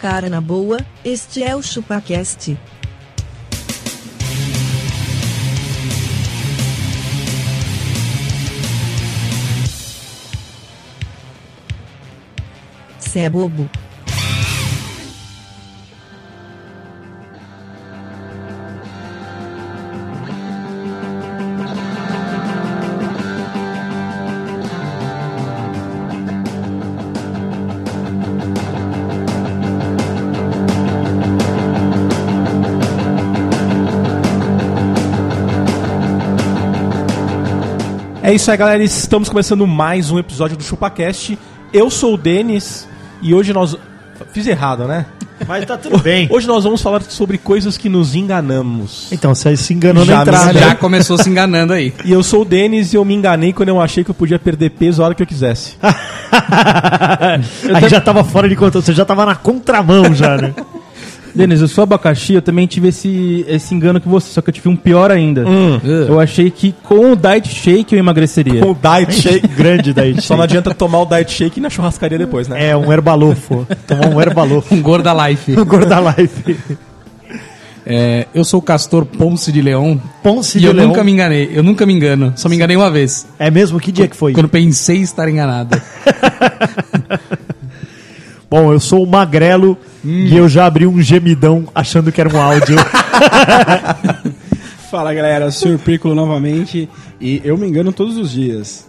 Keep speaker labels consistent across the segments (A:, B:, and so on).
A: cara na boa, este é o ChupaCast. Cê é bobo.
B: É isso aí, galera. Estamos começando mais um episódio do ChupaCast. Eu sou o Denis e hoje nós. Fiz errado, né?
C: Mas tá tudo bem.
B: Hoje nós vamos falar sobre coisas que nos enganamos.
C: Então, você se enganou
B: Já
C: na entrada.
B: me
D: Já começou se enganando aí.
B: E eu sou o Denis e eu me enganei quando eu achei que eu podia perder peso a hora que eu quisesse.
C: Aí já tava fora de conta, você já tava na contramão já, né?
E: Denis, eu sou abacaxi, eu também tive esse, esse engano que você, só que eu tive um pior ainda.
B: Hum.
E: Eu achei que com o diet shake eu emagreceria.
B: Com o diet shake.
C: Grande daí.
B: Só não adianta tomar o diet shake na churrascaria depois, né?
C: É, um herbalofo. Tomou um herbalofo.
D: Um Gorda Life.
C: Gorda Life.
D: É, eu sou o Castor Ponce de Leão.
C: Ponce
D: e
C: de
D: eu
C: Leão.
D: nunca me enganei. Eu nunca me engano. Só me enganei uma vez.
C: É mesmo? Que dia que foi?
D: Quando pensei em estar enganado.
C: Bom, eu sou o Magrelo e eu já abri um gemidão achando que era um áudio.
F: Fala galera, Sr. Piccolo novamente e eu me engano todos os dias.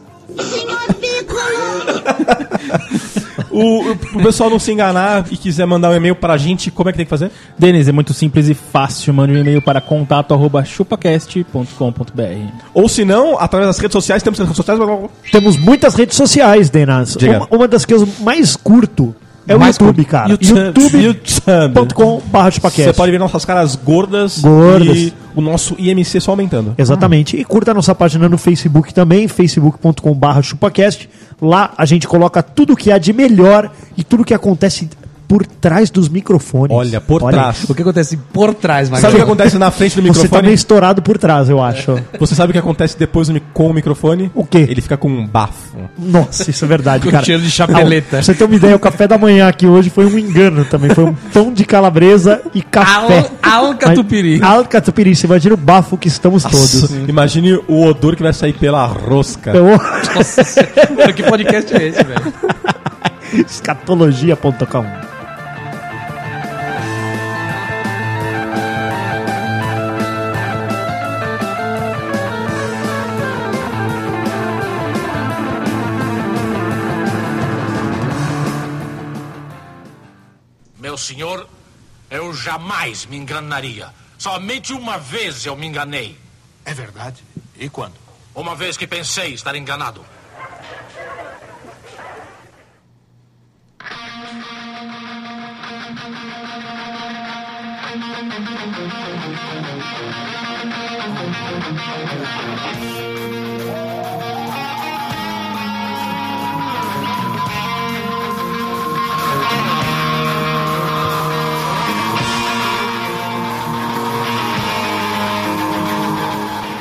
B: O, o- pro pessoal não se enganar e quiser mandar um e-mail pra gente, como é que tem que fazer?
E: Denis, é muito simples e fácil. Mande um e-mail para contato.chupacast.com.br.
B: Ou se não, através das redes sociais, temos redes sociais. blá, blá, blá.
C: Temos muitas redes sociais, Denas.
B: Diga.
C: Uma, uma das que eu mais curto é o
D: Mais
C: YouTube,
D: curto.
C: cara.
B: YouTube.
C: YouTube.com.br
B: YouTube. Você pode ver nossas caras gordas,
C: Gordas. É
B: e o nosso IMC só aumentando.
C: Exatamente. E curta a nossa página no Facebook também, facebook.com.br chupacast. Lá a gente coloca tudo que há de melhor e tudo que acontece por trás dos microfones.
B: Olha, por trás.
D: o que acontece por trás, Magrelo?
B: Sabe o que acontece na frente do
C: Você tá
B: microfone?
C: meio estourado por trás, eu acho.
B: Você sabe o que acontece depois do mi- com o microfone?
C: O quê?
B: Ele fica com um bafo.
C: Nossa, isso é verdade,
D: Com
C: cara.
D: cheiro de chapeleta.
C: Pra você ter uma ideia, o café da manhã aqui hoje foi um engano também. Foi um pão de calabresa e café.
D: Al- alcatupiri.
C: Mas- Alcatupiri. Você imagina o bafo que estamos todos. É
B: Nossa, imagine o odor que vai sair pela rosca.
C: Eu-
D: Nossa senhora. Mano, que podcast é esse, velho?
C: Escatologia.com
G: Meu senhor, eu jamais me enganaria. Somente uma vez eu me enganei. É verdade? E quando? Uma vez que pensei estar enganado.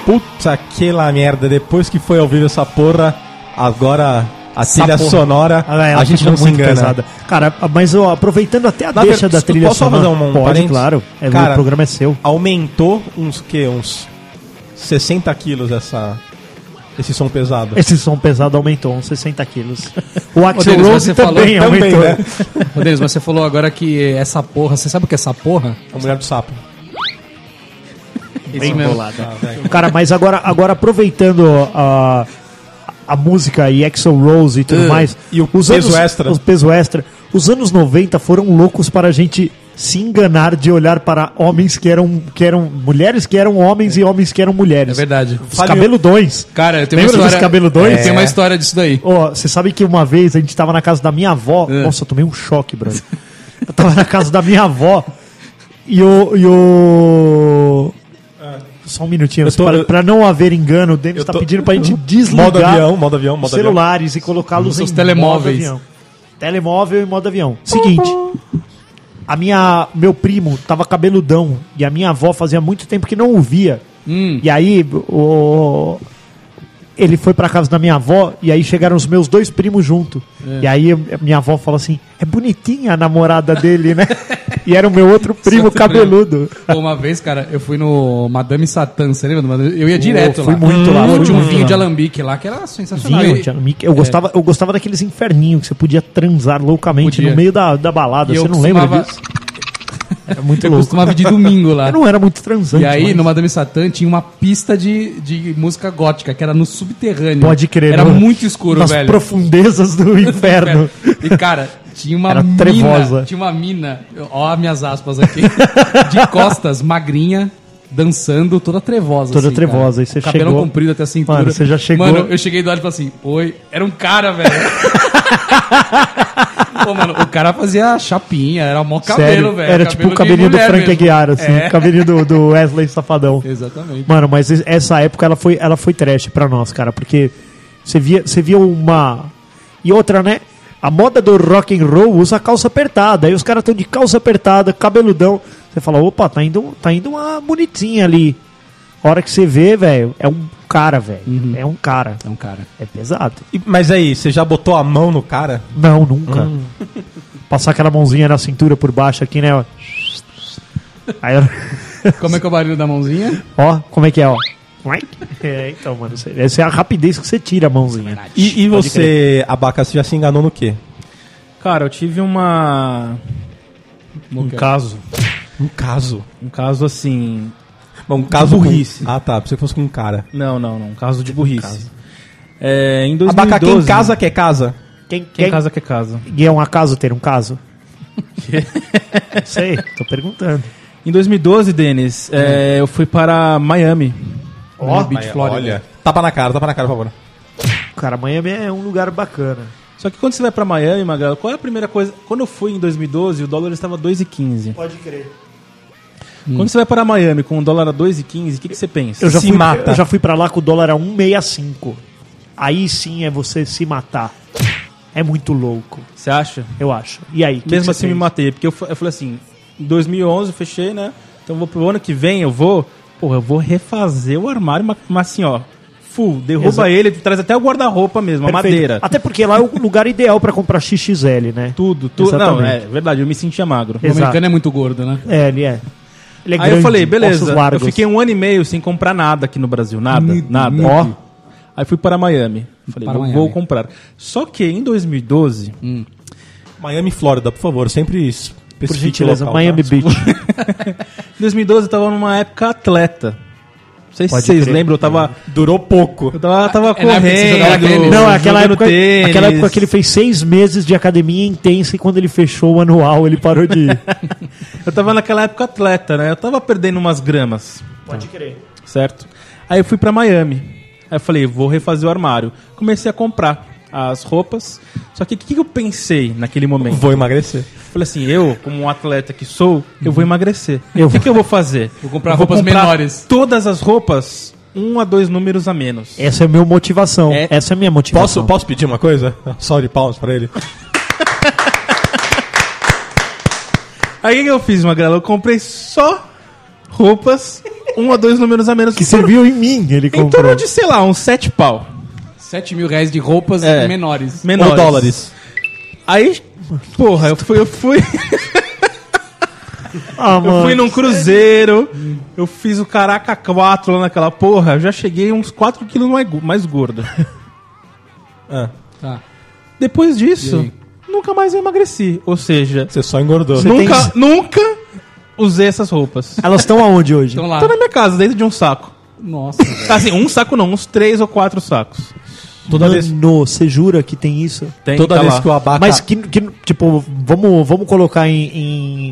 B: Puta que la merda, depois que foi ao vivo essa porra, agora a trilha
D: porra.
B: sonora,
C: Ah, ela
B: a gente
C: ficou
B: não se
C: muito
B: engana.
C: pesada. Cara, mas ó, aproveitando até a
B: Na
C: deixa
B: verdade,
C: da
B: desculpa,
C: trilha
B: posso só fazer um, um
C: Pode,
B: parênteses?
C: claro. É,
B: Cara,
C: o programa é seu.
B: Aumentou uns que uns 60 quilos essa esse som pesado.
C: Esse som pesado aumentou uns 60 quilos. O Axel
D: Denis,
C: Rose
D: você falou
C: também
B: também,
C: aumentou.
B: né?
D: Ô, Denis, mas você falou agora que essa porra... Você sabe o que é essa porra?
B: A mulher do sapo. Tá,
D: Isso mesmo.
C: Cara, mas agora, agora aproveitando a, a música e Axel Rose e tudo
D: Ah,
C: mais.
B: e o
C: os
B: peso
C: anos-
B: extra.
C: O peso extra. Os anos 90 foram loucos para a gente se enganar de olhar para homens que eram, que eram mulheres que eram homens e homens que eram mulheres.
D: É verdade.
C: Os
B: Fale-
C: cabeludões.
D: Cara, eu tenho
C: Lembra
D: uma
C: dos
D: história...
C: cabeludões?
D: É. Tem uma história disso daí.
C: Ó, você sabe que uma vez a gente tava na casa da minha avó.
B: É.
C: Nossa, eu tomei um choque, brother. Eu tava na casa da minha avó e o. E o... Só um minutinho,
B: Eu tô-
C: para,
B: eu-
C: pra não haver engano, o Denis
B: Eu
C: tá
B: tô-
C: pedindo pra gente desligar
B: Modo avião, modo avião,
C: os
B: modo avião.
C: celulares e colocá-los em
D: Os telemóveis.
C: modo avião. Telemóvel e modo avião. Seguinte, a minha, meu primo tava cabeludão e
D: Hum.
C: a minha avó fazia muito tempo que não o via. E aí, o, ele foi pra casa da minha avó e aí chegaram os meus dois primos junto.
D: É.
C: E aí eu- minha avó falou assim: é bonitinha a namorada dele, né? e era o meu outro primo
D: Outro primo.
C: cabeludo.
D: Pô, Uma vez, cara, eu fui no Madame Satã, você lembra? do Madame- Eu ia direto
C: fui
D: lá.
C: muito lá,
D: Pô,
C: fui
D: Tinha um
C: muito
D: vinho
C: lá.
D: de alambique lá que era sensacional.
C: Vinho,
D: E-
C: tinha um mic- eu, gostava, eu gostava daqueles inferninhos que você podia transar loucamente
D: É. Podia.
C: no meio da, da balada.
D: e
C: Você
D: eu
C: não lembra
D: costumava-
C: disso? Era muito
D: Eu
C: louco.
D: costumava ir de domingo lá.
C: Eu não era muito transante.
D: E aí,
C: mas-
D: no Madame Satã, tinha uma pista de, de música gótica, que era no subterrâneo.
C: Pode crer,
D: Era
C: não.
D: muito escuro,
C: Nas
D: velho.
C: profundezas do inferno.
D: E, cara, tinha uma
C: Era
D: mina.
C: trevosa.
D: Tinha uma mina. Ó, as minhas aspas aqui. De costas, magrinha. Dançando, toda trevosa. assim,
C: Toda
D: cara.
C: trevosa, aí você
D: O cabelo
C: chegou-
D: comprido até a cintura.
C: Mano, você já chegou-
D: Mano, eu cheguei do lado e falei assim: Oi, era um cara, velho. Pô, mano, o cara fazia chapinha, era mó cabelo,
C: Sério,
D: velho.
C: era tipo o
D: de
C: cabelinho do
D: mulher
C: Frank
D: mesmo.
C: Aguiar, assim.
D: É,
C: O cabelinho do, do Wesley Safadão.
D: Exatamente.
C: Mano, mas es- essa época ela foi, ela foi trash pra nós, cara, porque você via, você via uma. E outra, né? A moda do rock and roll usa calça apertada. Aí os caras estão de calça apertada, cabeludão. Você fala, opa, tá indo, tá indo uma bonitinha ali. A hora que você vê, velho, é um cara, velho. É um cara.
D: É um cara.
C: É pesado.
B: E- Mas aí, você já botou a mão no cara?
C: Não, nunca. Passar aquela mãozinha na cintura por baixo aqui, né? ó. Aí eu...
D: Como é que é o barulho da mãozinha?
C: Ó, como é que é, ó. É, então, mano, você- essa é a rapidez que você tira a mãozinha.
B: E, e você, Abaca, você já se enganou no quê?
E: Cara, eu tive uma.
C: Um caso.
B: Um caso.
E: Um caso assim.
B: Bom, um caso
E: burrice.
B: Com... Ah, tá. Pra você fosse com um cara.
E: Não, não, não. Um caso de burrice. É, em 2012.
B: Abaca, quem casa quer casa?
C: Quem,
E: Quem
C: quem-
E: casa quer casa.
C: E é um acaso ter um caso? Não sei, tô perguntando.
E: Em 2012, Denis, é, eu fui para Miami.
C: Ó,
B: Ai, Olha. Tapa na cara, tapa na cara, por favor.
C: cara, Miami é um lugar bacana.
E: Só que quando você vai pra Miami, Magal, qual é a primeira coisa? Quando eu fui em 2012, o dólar estava 2,15.
C: Pode crer.
E: Quando você vai para Miami com o dólar a 2,15, o que, que você pensa?
C: Hum. Eu já,
B: Se
C: fui,
B: mata.
C: eu já fui pra lá com o dólar a 1,65. Aí sim é você se matar. É muito louco,
E: Você acha?
C: eu acho. E aí, que
E: Mesmo
C: que você
E: assim, me
C: fez?
E: matei. Porque eu, fa- eu falei assim, em 2011 eu fechei, né? Então eu vou pro ano que vem, eu vou... Porra, eu vou refazer o armário, mas, mas assim, ó... Full, derruba
C: Exato.
E: ele, traz até o guarda-roupa mesmo, a
C: Perfeito.
E: madeira.
C: Até porque lá é o lugar ideal pra comprar XXL, né?
E: Tudo, tudo. Não, é
C: Exatamente.
E: verdade, eu me sentia magro.
D: O americano é muito gordo, né?
C: É, ele é. Ele é
E: Aí
C: grande,
E: eu falei,
C: ossos
E: beleza. Eu
C: largos.
E: fiquei um ano e meio sem comprar nada aqui no Brasil. Nada, nada.
D: muito.
E: Ó. Aí fui para Miami. Falei,
D: Para
E: vou,
D: Miami.
E: vou comprar. Só que em 2012,
B: Miami, Flórida, por favor. Sempre especifique
C: Por gentileza,
B: o local, tá?
C: Miami Beach.
E: em 2012 eu tava numa época atleta. Não sei
C: Pode
E: se vocês
C: crer.
E: lembram, eu tava.
B: Durou pouco.
E: Eu tava, tava
D: É na época que você jogava
E: correndo.
D: tênis.
C: Não, aquela época,
E: tênis.
C: aquela época que ele fez seis meses de academia intensa e quando ele fechou o anual ele parou de ir.
E: Eu tava naquela época atleta, né? Eu tava perdendo umas gramas.
C: Pode crer.
E: certo? Aí eu fui pra Miami. Aí eu falei, vou refazer o armário. Comecei a comprar as roupas. Só que o que, que eu pensei naquele momento?
B: Vou emagrecer.
E: Falei assim, eu, como um atleta que sou, eu vou emagrecer.
C: Eu
E: O que, que eu vou fazer?
D: Vou comprar
E: Eu
D: roupas menores.
E: Todas as roupas, um a dois números a menos.
C: Essa é a minha motivação.
E: É.
C: Essa é a minha
B: Posso,
C: motivação.
B: posso pedir uma coisa? Só de palmas pra ele.
E: Aí o que, que eu fiz, Magrela? Eu comprei só roupas, um a dois números a menos.
C: Que serviu em mim, ele
E: em torno
C: comprou.
E: de, sei lá, uns sete pau.
D: 7 mil reais de roupas
E: É.
D: menores.
E: Menores.
B: Ou dólares.
E: Aí, porra, eu fui, eu fui...
C: Ah,
E: Eu
C: mano.
E: fui num cruzeiro, eu fiz o Caraca 4 lá naquela porra, eu já cheguei uns 4 quilos mais, go- mais gordo.
D: Tá.
E: Depois disso, nunca mais eu emagreci. Ou seja,
B: Você só engordou.
C: Você
E: nunca,
C: tem-
E: nunca usei essas roupas.
C: Elas estão aonde hoje?
B: Ah.
D: Então lá.
E: Tô na minha casa, dentro de um saco.
D: Nossa, velho.
E: Assim, um saco não, uns três ou quatro sacos.
C: Toda vez. você jura que tem isso?
E: Tem,
B: Toda
E: tá
B: vez
E: lá.
B: que o abaca...
C: Mas que, que- tipo, vamos, vamos colocar em,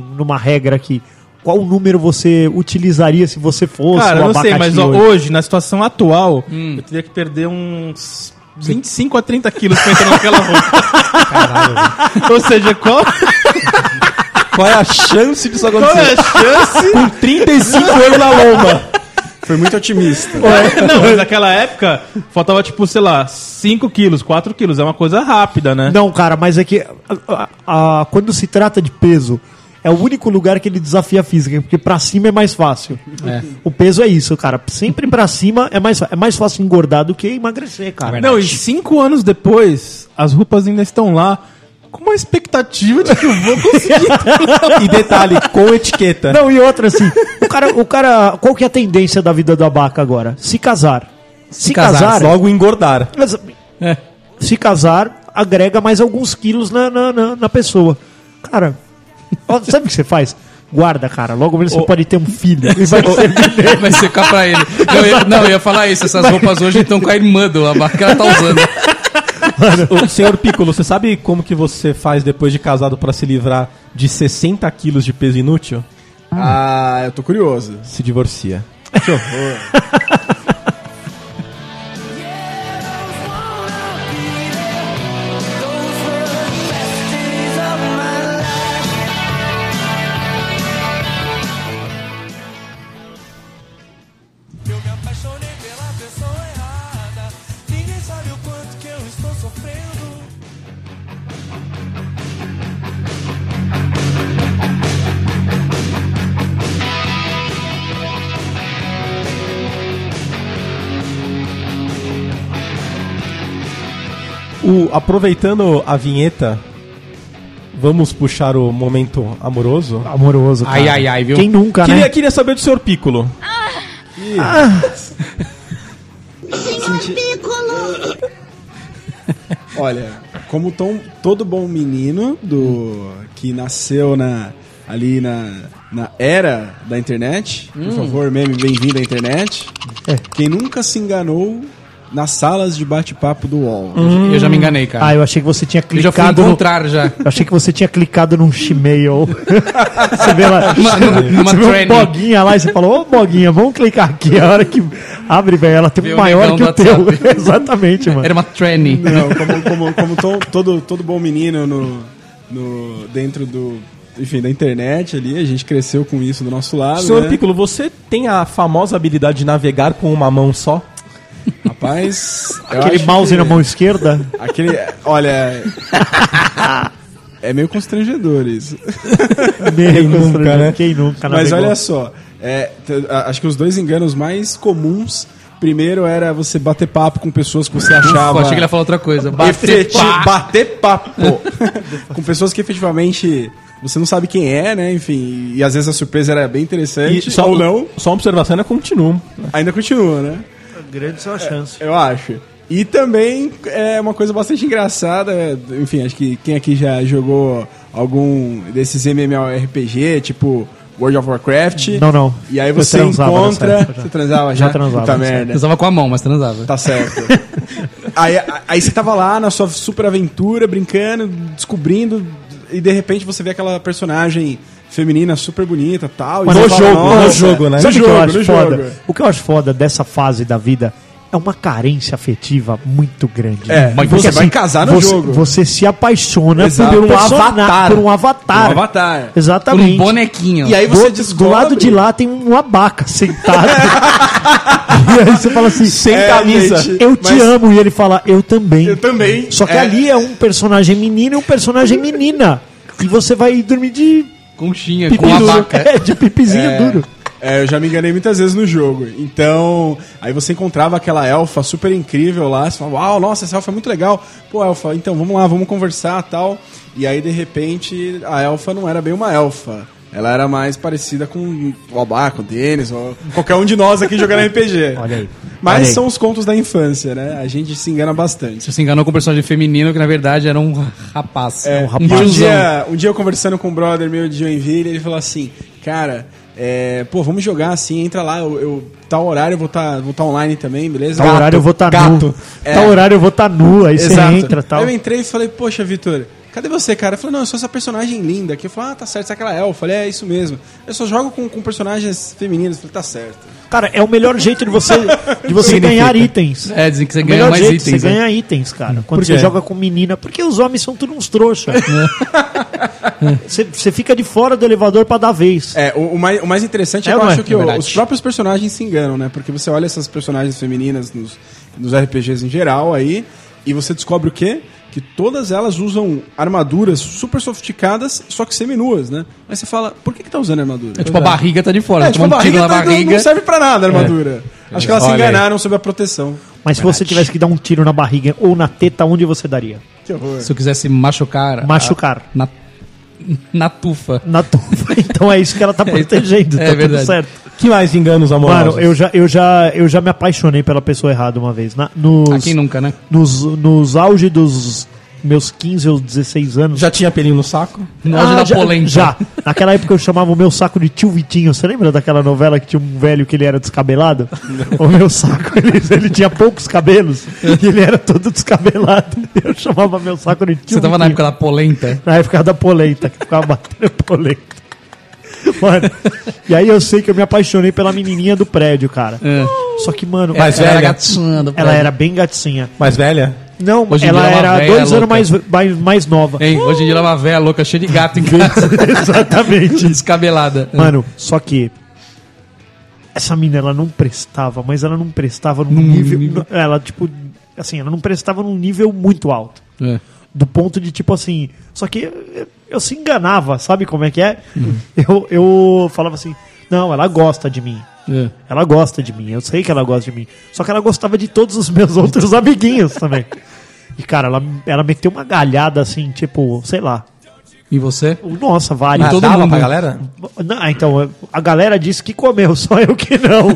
C: em- numa regra aqui. Qual número você utilizaria se você fosse
E: Cara, eu
C: o
E: não sei,
C: abacaxi
E: mas ó, né?
C: hoje?
E: hoje, na situação atual, eu teria que perder uns 25 a 30 quilos pra entrar naquela roupa. Ou seja, qual, é
B: Qual é a chance disso
E: qual é a chance?
B: Com 35 anos na lomba.
F: Foi muito otimista.
E: É, Não, mas naquela época faltava tipo, sei lá, 5 quilos, 4 quilos. É uma coisa rápida, né?
C: Não, cara, mas é que a- a- a- quando se trata de peso, É o único lugar que ele desafia a física, porque pra cima é mais fácil. O peso é isso, cara. Sempre pra cima é mais, fa- é mais fácil engordar do que emagrecer, cara.
E: Não, e cinco anos depois, as roupas ainda estão lá com uma expectativa de que eu vou conseguir.
B: E detalhe, com etiqueta.
C: Não, e outra assim, o cara, o cara, qual que é a tendência da vida do abaca agora? Se casar. Se, casar,
B: Logo engordar.
C: mas- se casar agrega mais alguns quilos na, na, na- na pessoa. Cara, ó, sabe o que você faz? Guarda, cara. Logo menos você pode ter um filho. E vai ser-
D: Vai secar pra ele. Eu ia- não, eu ia falar isso. Essas roupas hoje estão com a irmã do abaca que ela tá usando.
B: Ô, senhor Piccolo, você sabe como que você faz depois de casado pra se livrar de 60 quilos de peso inútil?
F: Ah, eu tô curioso.
B: Se divorcia.
H: Eu me apaixonei pela pessoa errada. Ninguém sabe o quanto que eu estou sofrendo.
B: O- aproveitando a vinheta, vamos puxar o momento amoroso?
C: Amoroso, cara.
D: Ai, ai, ai, viu?
C: Quem nunca,
B: Queria,
C: né?
B: queria saber do senhor Piccolo.
F: Olha, como tom- todo bom menino do que nasceu na ali na, na era da internet, por favor, meme, bem-vindo à internet. Quem nunca se enganou nas salas de bate-papo do UOL.
D: Eu já me enganei, cara.
C: Ah, eu achei que você tinha
D: eu já fui
C: clicado no...
D: encontrar já.
C: Eu achei que você tinha clicado num Gmail. você vê lá,
D: Uma- numa- numa
C: você vê um
D: trend.
C: boguinha lá e você falou, ô boguinha, vamos clicar aqui. A hora que abre, velho, ela tem
D: Vê
C: um
D: o
C: maior
D: negão
C: que o
D: do
C: teu. Exatamente, mano.
D: Era uma tranny.
F: Não, como, como, como to- todo, todo bom menino no, no, dentro do. Enfim, da internet ali, a gente cresceu com isso do nosso lado.
B: senhor
E: É.
F: né?
B: Piccolo, você tem a famosa habilidade de navegar com uma mão só?
F: Rapaz. eu
C: Aquele
F: acho
C: mouse
F: que-
C: na mão esquerda.
F: Aquele. Olha. É meio constrangedor isso.
C: Quem
B: nunca, né?
C: Quem nunca,
F: Mas
C: navegou.
F: olha só, é, t- a- acho que os dois enganos mais comuns. Primeiro era você bater papo com pessoas que você achava.
D: Ufa, achei que ele ia falar outra coisa.
F: Efeti-
D: pá.
F: bater papo. com pessoas que efetivamente você não sabe quem é, né? Enfim, e às vezes a surpresa era bem interessante. ou não,
B: Só uma observação ainda continuo.
F: ainda continua, né? É,
C: Grande sua chance.
F: Eu acho. E também é uma coisa bastante engraçada, é, enfim, acho que quem aqui já jogou algum desses MMORPG, tipo World of Warcraft.
C: Não, não.
F: E aí
C: Eu
F: você
C: transava nessa
F: encontra.
C: época já.
F: Você transava já?
C: Já transava
F: Puta
C: nessa
F: merda.
D: Transava com a mão, mas transava.
F: Tá certo. aí, aí você tava lá na sua super aventura, brincando, descobrindo, e de repente você vê aquela personagem feminina super bonita tal. e
C: Mas
F: você
C: no
F: fala,
C: jogo,
F: "Nossa".
C: no jogo, né?
F: No
C: Sabe o que eu
F: jogo,
C: acho
F: no
C: foda?
F: jogo.
C: O que eu acho foda dessa fase da vida é uma carência afetiva muito grande.
F: É, mas
C: Porque, assim,
F: você vai casar no
C: você-
F: jogo.
C: Você se apaixona
F: Exato.
C: por um
F: Por um
C: persona-
F: avatar.
C: Por um avatar.
F: Um avatar.
D: Por um
C: Exatamente.
D: bonequinho.
F: E aí
C: do,
F: você
C: outro- do lado de
F: descobre-
C: lá tem um abaca sentado. e aí você fala assim,
B: Sem
F: É,
B: camisa.
F: gente.
C: eu te
F: Mas-
C: amo. E ele fala, eu também.
F: Eu também.
C: Só que
F: É.
C: ali é um personagem menino e um personagem menina. E você vai dormir de
D: Conchinha,
C: pipi
D: com a
C: duro.
D: vaca.
C: É, de pipizinho duro.
F: É, eu já me enganei muitas vezes no jogo. Então, aí você encontrava aquela elfa super incrível lá, você falava, uau, nossa, essa elfa é muito legal. Pô, elfa, então vamos lá, vamos conversar tal. E aí, de repente, a elfa não era bem uma elfa. Ela era mais parecida com o Abaco, o Denis, ou qualquer um de nós aqui jogando RPG.
C: Olha aí.
F: Mas
C: Olha aí.
F: são os contos da infância, né? A gente se engana bastante.
D: Você se enganou com o personagem feminino, que na verdade era um rapaz.
F: É,
D: um
F: e um
D: tiozão.
F: dia, um dia eu conversando com um brother meu de Joinville, ele falou assim, cara, é, pô, vamos jogar assim, entra lá, eu, eu- tal horário eu vou estar vou tá online também, beleza?
C: Tal horário eu vou estar tá nu. Tal
F: É.
C: horário eu vou estar tá nu. Aí você
F: Exato.
C: entra e tal.
F: Aí eu entrei e falei, poxa, Vitor, cadê você, cara? Eu falei, não, eu sou essa personagem linda. Aqui eu falei, ah, tá certo, você é aquela elfa. Eu falei, é isso mesmo. Eu só jogo com, com personagens femininos. Eu falei, tá certo.
C: Cara, é o melhor jeito de você, de você ganhar itens.
D: É, dizem que você
C: O
D: ganha
C: melhor
D: mais
C: jeito,
D: itens.
C: você
D: né?
C: ganha itens, cara. Quando
B: Por
C: você
B: quê?
C: joga com menina, porque os homens são tudo uns trouxa. você, você fica de fora do elevador pra dar vez.
F: É, o, o mais, o mais interessante é,
C: É,
F: que eu
C: não é?
F: acho que
C: É
F: o-
C: verdade.
F: os próprios personagens se enganam, né? Porque você olha essas personagens femininas nos, nos RPGs em geral aí, e você descobre o quê? que todas elas usam armaduras super sofisticadas, só que seminuas, né? Mas você fala, por que, que tá usando armadura?
D: É tipo, a barriga tá de fora.
F: É,
D: tá
F: tipo, a
D: tomando um tiro
F: barriga,
D: na
F: tá- não-
D: barriga.
F: não serve pra nada a armadura. Acho que elas se
D: Olha aí.
F: enganaram sobre a proteção.
C: Mas se você tivesse que dar um tiro na barriga ou na teta, onde você daria?
F: Que horror.
D: Se eu quisesse machucar.
C: Machucar.
D: a- na, na tufa.
C: Na tufa. Então é isso que ela tá protegendo.
D: É
C: tá
D: verdade.
C: tudo certo.
B: Que mais enganos amorosos?
C: Mano, eu já, eu, já, eu já me apaixonei pela pessoa errada uma vez. Na, nos,
D: Aqui nunca, né?
C: nos, nos auge dos meus 15 ou 16 anos.
B: Já tinha pelinho no saco?
D: No auge
C: Ah,
D: da
C: já,
D: polenta.
C: Já. Naquela época eu chamava o meu saco de tio Vitinho. Você lembra daquela novela que tinha um velho que ele era descabelado? O meu saco, ele, ele tinha poucos cabelos e ele era todo descabelado. Eu chamava meu saco de tio
D: Você tava na
C: Vitinho.
D: época da polenta?
C: Na época da polenta, que ficava batendo polenta. Mano, e aí eu sei que eu me apaixonei pela menininha do prédio, cara.
D: É.
C: Só que, mano,
B: Mas
D: Ela
C: ela,
D: era
B: velha.
D: gatinha do
C: ela
D: prédio.
C: era bem gatinha.
B: Mais velha?
C: Não,
D: Hoje em
C: ela
D: dia ela é uma
C: era
D: velha
C: dois
D: louca.
C: anos mais, mais, mais nova.
D: Hein, hoje em dia ela é uma véia louca, cheia de gato em casa,
C: Exatamente.
D: descabelada.
C: Mano, só que. Essa mina, ela não prestava, mas ela não prestava num nível. Ela, tipo. Assim, ela não prestava num nível muito alto.
D: É.
C: Do ponto de, tipo assim. Só que eu, eu se enganava, sabe como é que é?
D: Uhum.
C: Eu, eu falava assim: não, ela gosta de mim.
D: É.
C: Ela gosta de mim, eu sei que ela gosta de mim. Só que ela gostava de todos os meus outros amiguinhos também. E, cara, ela, ela meteu uma galhada assim, tipo, sei lá.
D: E você?
C: Nossa, várias.
B: Ah,
D: todo
B: dava
D: mundo.
B: pra galera?
C: Não, ah, então, a galera disse que comeu, só eu que não.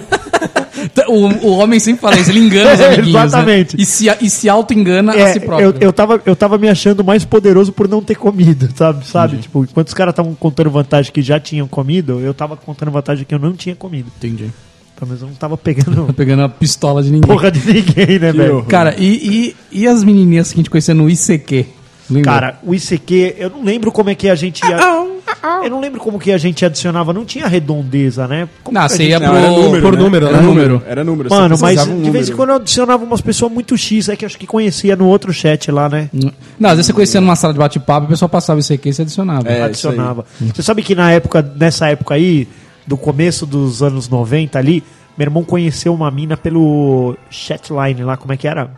D: Tá, O, o homem sempre fala isso, ele engana os
C: É,
D: amiguinhos, né?
C: exatamente.
D: E se, e se né? auto-engana a
C: É,
D: si próprio.
C: eu, eu, tava, eu tava me achando mais poderoso por não ter comido, sabe? sabe? Tipo, enquanto os caras estavam contando vantagem que já tinham comido, eu tava contando vantagem que eu não tinha comido.
D: Entendi.
C: Pelo menos eu não tava pegando
D: Tá pegando a pistola de ninguém.
C: porra de ninguém, né, velho?
D: Cara, e, e, e as menininhas que a gente conhecia no ICQ? Lembra?
C: Cara, o ICQ, eu não lembro como é que a gente ia.
F: Ah,
C: Eu não lembro como que a gente adicionava, não tinha redondeza, né? Como
D: ah,
C: que a
D: você
C: gente-
D: ia pro...
F: Não, era número,
B: por
F: né?
B: número,
F: era
B: né?
F: número. Era número. você
C: Mano, mas
F: precisava um
C: de vez em
F: número.
C: quando eu adicionava umas pessoas muito X, é que eu acho que conhecia no outro chat lá, né?
D: Não, às vezes você conhecia numa sala de bate-papo, o pessoal passava o ICQ e você adicionava.
F: É. isso aí.
C: adicionava. Você sabe que na época, nessa época aí, do começo dos anos 90 ali, meu irmão conheceu uma mina pelo chatline lá, como é que era?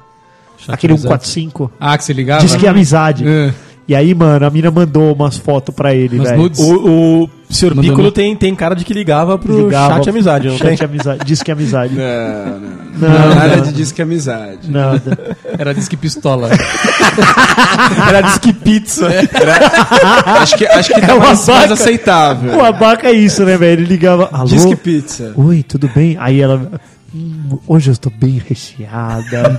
C: Aquele 145.
D: Ah, que você ligava?
C: Diz que é amizade.
D: É.
C: E aí, mano, a mina mandou umas fotos pra ele,
D: Umas
C: velho.
D: nudes?
B: O, o senhor
D: Mandou
B: Piccolo
D: no-
B: tem, tem cara de que ligava pro
C: Ligava-
B: chat é amizade, não
C: chat
B: tem?
C: amizade. Diz que é amizade.
F: Não, não.
C: Não,
F: Nada de
C: não,
F: diz que é amizade.
C: nada.
D: Era disque pistola. É,
B: Era disque pizza.
F: Acho que, acho que tá
C: uma
F: mais, mais
C: vaca.
F: aceitável.
C: O abaca é isso, né, velho? Ele ligava. Alô?
F: Diz que pizza.
C: Oi, tudo bem? Aí ela. "Hum, hoje eu estou bem recheada.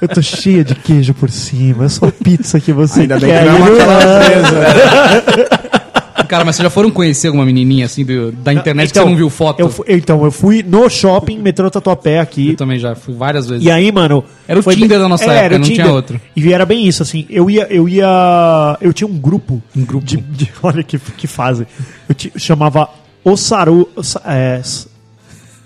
C: eu tô cheia de queijo por cima. É só a pizza que você
F: Ainda bem
C: quer.
F: que não é uma
C: Ele,
F: calabresa.
D: Cara, mas vocês já foram conhecer alguma menininha assim do- da
C: "Ah,
D: internet que você não viu foto?
C: Eu, fu- então, eu fui no shopping, metrô Tatuapé aqui.
D: Eu também já fui várias vezes.
C: E aí, mano.
D: Era o
C: foi
D: Tinder
C: bem- É,
D: da nossa época,
C: era o
D: não tinha
C: Tinder.
D: outro.
C: E era bem isso, assim. Eu ia. Eu ia. Eu tinha um grupo.
D: Um grupo.
C: De, de- olha que, que fase. Eu ti- chamava O Saru. Sa- é, S-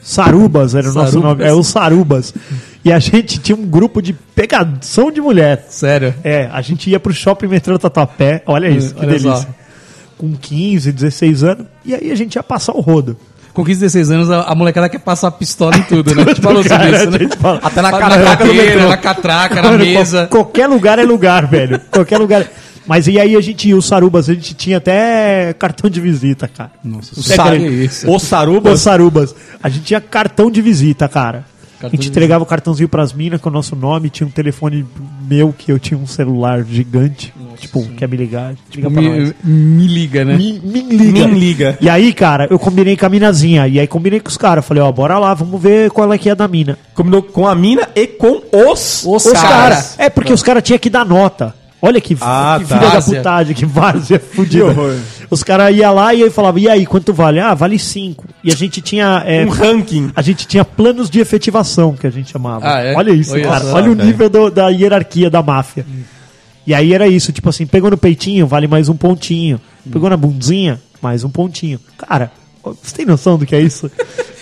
C: Sarubas era o nosso
D: Sarubas.
C: nome. É, o Sarubas. E a gente tinha um grupo de pegação de mulher.
D: Sério.
C: É, a gente ia pro shopping metrô Tatuapé. Olha isso, que
D: É, olha
C: delícia.
D: só.
C: Com 15, 16 anos. E aí a gente ia passar o rodo.
D: Com 15, 16 anos, a, a molecada quer passar pistola em tudo, né? A gente falou sobre
C: Cara,
D: isso,
C: a
D: né?
C: gente fala-
D: Até na
C: fala-
D: catraca,
C: no metrô.
D: na catraca, na
C: Mano, qual-
D: mesa.
C: qualquer lugar é lugar, velho. Qualquer lugar. Mas e aí a gente ia, os sarubas, a gente tinha até cartão de visita, cara. Nossa,
D: Sa- que isso.
B: O Saruba.
C: Os sarubas. A gente tinha cartão de visita, cara.
D: Cartão
C: a gente
D: de
C: entregava o cartãozinho pras minas com o nosso nome, tinha um telefone meu que eu tinha um celular gigante. tipo, quer me ligar? Liga pra nós.
D: Tipo, Me, me liga, né?
C: Me, me liga.
B: Me liga.
C: E aí, cara, eu combinei com a minazinha. E aí combinei com os caras. Falei, ó, bora lá, vamos ver qual é que é da mina.
B: Combinou com a mina e com os,
D: Os
C: Os
D: Cara.
C: caras. É porque os caras tinham que dar nota. Olha que,
B: Ah,
C: que
B: tá.
C: filha da
D: Várzea.
C: putagem, que várzea fudida.
F: horror.
C: Os caras iam lá e aí falavam, e aí, quanto vale? Ah, vale 5. E a gente tinha. é,
B: Um ranking.
C: a gente tinha planos de efetivação, que a gente chamava.
D: Ah, é?
C: Olha isso,
D: Olha
C: cara.
D: só,
C: Olha o
D: cara.
C: nível do- da hierarquia da máfia. E aí era isso, tipo assim, pegou no peitinho, vale mais um pontinho. Pegou na bundinha, mais um pontinho. Cara, ó, você tem noção do que é isso?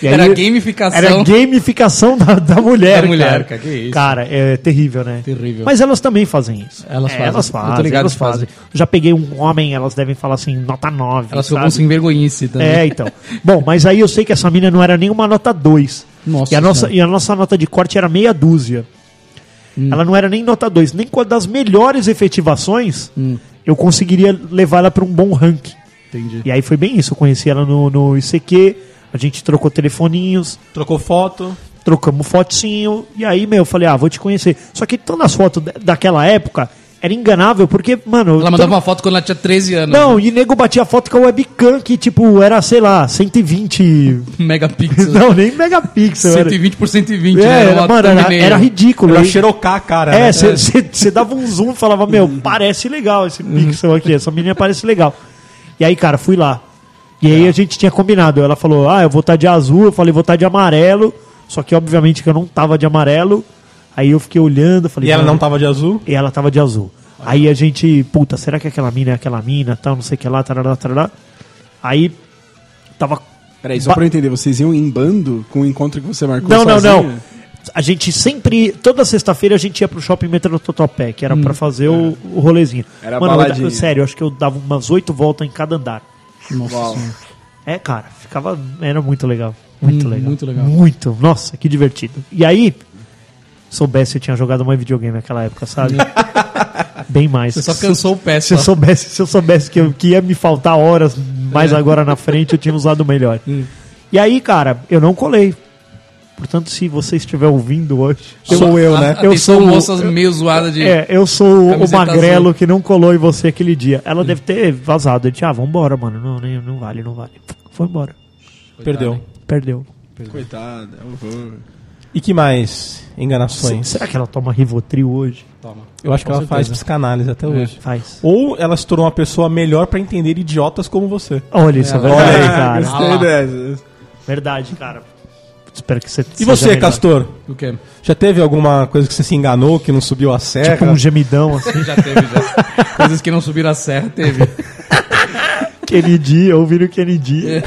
C: E
D: Era gamificação.
C: Era gamificação da, da mulher.
D: Da mulher,
C: cara.
D: cara, que isso.
C: Cara, é terrível, né?
D: Terrível.
C: Mas elas também fazem isso.
D: Elas
C: É,
D: fazem.
C: Elas
D: Eu tô
C: fazem.
D: ligado
C: elas
D: que fazem.
C: fazem. Já peguei um homem, elas devem falar assim, nota 9.
D: Elas
C: sabe?
D: ficam sem vergonhice também.
C: É, então. Bom, mas aí eu sei que essa mina não era nenhuma nota 2.
D: Nossa
C: E a nossa,
D: Senhora. Hum.
C: e a nossa nota de corte era meia dúzia. Ela não era nem nota 2, nem com a das melhores efetivações,
D: Hum.
C: eu conseguiria levar ela para um bom ranking.
D: Entendi.
C: E aí foi bem isso. Eu conheci ela no, no ICQ, a gente trocou telefoninhos,
B: Trocou foto.
C: trocamos fotinho. E aí, meu, eu falei, ah, vou te conhecer. Só que todas as fotos da- daquela época era enganável, porque, mano.
D: Ela mandava uma foto né? quando ela tinha 13 anos.
C: Não, e nego batia foto com a webcam que, tipo, era, sei lá, 120.
D: Megapixels.
C: Não, nem megapixel. era.
D: 120 por 120,
C: É,
D: né?
C: era,
D: uma
C: mano, era,
D: thumbnail.
C: era ridículo.
B: Pra
C: E-
B: xerocar a cara.
C: É,
B: né?
C: você dava um zoom e falava, meu, parece legal esse pixel aqui, essa menina parece legal. E aí, cara, fui lá. E aí a gente tinha combinado. Ela falou, ah, eu vou estar de azul, eu falei, vou estar de amarelo. Só que, obviamente, que eu não tava de amarelo. Aí eu fiquei olhando, falei,
B: E ela
C: "Mano,
B: não tava de azul?
C: e ela tava de azul. Aí a gente, puta, será que aquela mina é aquela mina, tal, não sei o que lá, tarará, tarará. Aí tava.
F: Peraí, só pra eu entender, vocês iam em bando com o encontro que você marcou
C: Não, não,
F: sozinha?
C: não. A gente sempre, toda sexta-feira a gente ia pro shopping metrô Totopé, que era pra fazer o, o rolezinho.
F: Hum. Era
C: Mano, eu da-
F: baladinha.
C: sério, eu acho que eu dava umas oito voltas em cada andar.
F: Uau.
C: É, cara, ficava. Era muito legal. Muito
D: Hum,
C: legal.
D: muito legal.
C: Muito. Nossa, que divertido. E aí, soubesse eu tinha jogado mais videogame naquela época, sabe? Bem mais.
D: Você só cansou o pé.
C: Se eu
D: só.
C: soubesse, se eu soubesse que, eu, que ia me faltar horas mais agora na frente, eu tinha usado melhor. E aí, cara, eu não colei. Portanto, se você estiver ouvindo hoje,
F: Sou eu, né?
C: eu
D: Atenção,
C: sou um o-
D: moças meio zoadas de...
C: é, eu sou o
D: Camiseta
C: magrelo
D: azul.
C: que não colou em você aquele dia. Ela deve ter vazado. Eu disse, ah, vambora, mano. Não, nem, não vale, não vale. Foi embora.
B: Perdeu.
C: Perdeu.
F: Coitada, eu vou.
B: E que mais enganações?
C: Será que ela toma Rivotril hoje?
B: Eu acho que ela faz psicanálise até hoje.
C: Faz.
B: É. Ou ela se tornou uma pessoa melhor pra entender idiotas como você.
C: Olha isso, é verdade,
B: olha aí,
C: cara.
F: Gostei
D: lá.
F: dessa.
C: Verdade, cara. Espero que você
B: E
C: seja
B: você,
C: melhor.
B: Castor?
C: É.
D: O quê?
B: Já teve alguma coisa que você se enganou, que não subiu a serra?
C: Tipo um gemidão, assim.
D: Já teve, já. Coisas que não subiram a serra, teve.
C: Kennedy, ouvir o Kennedy.
D: É.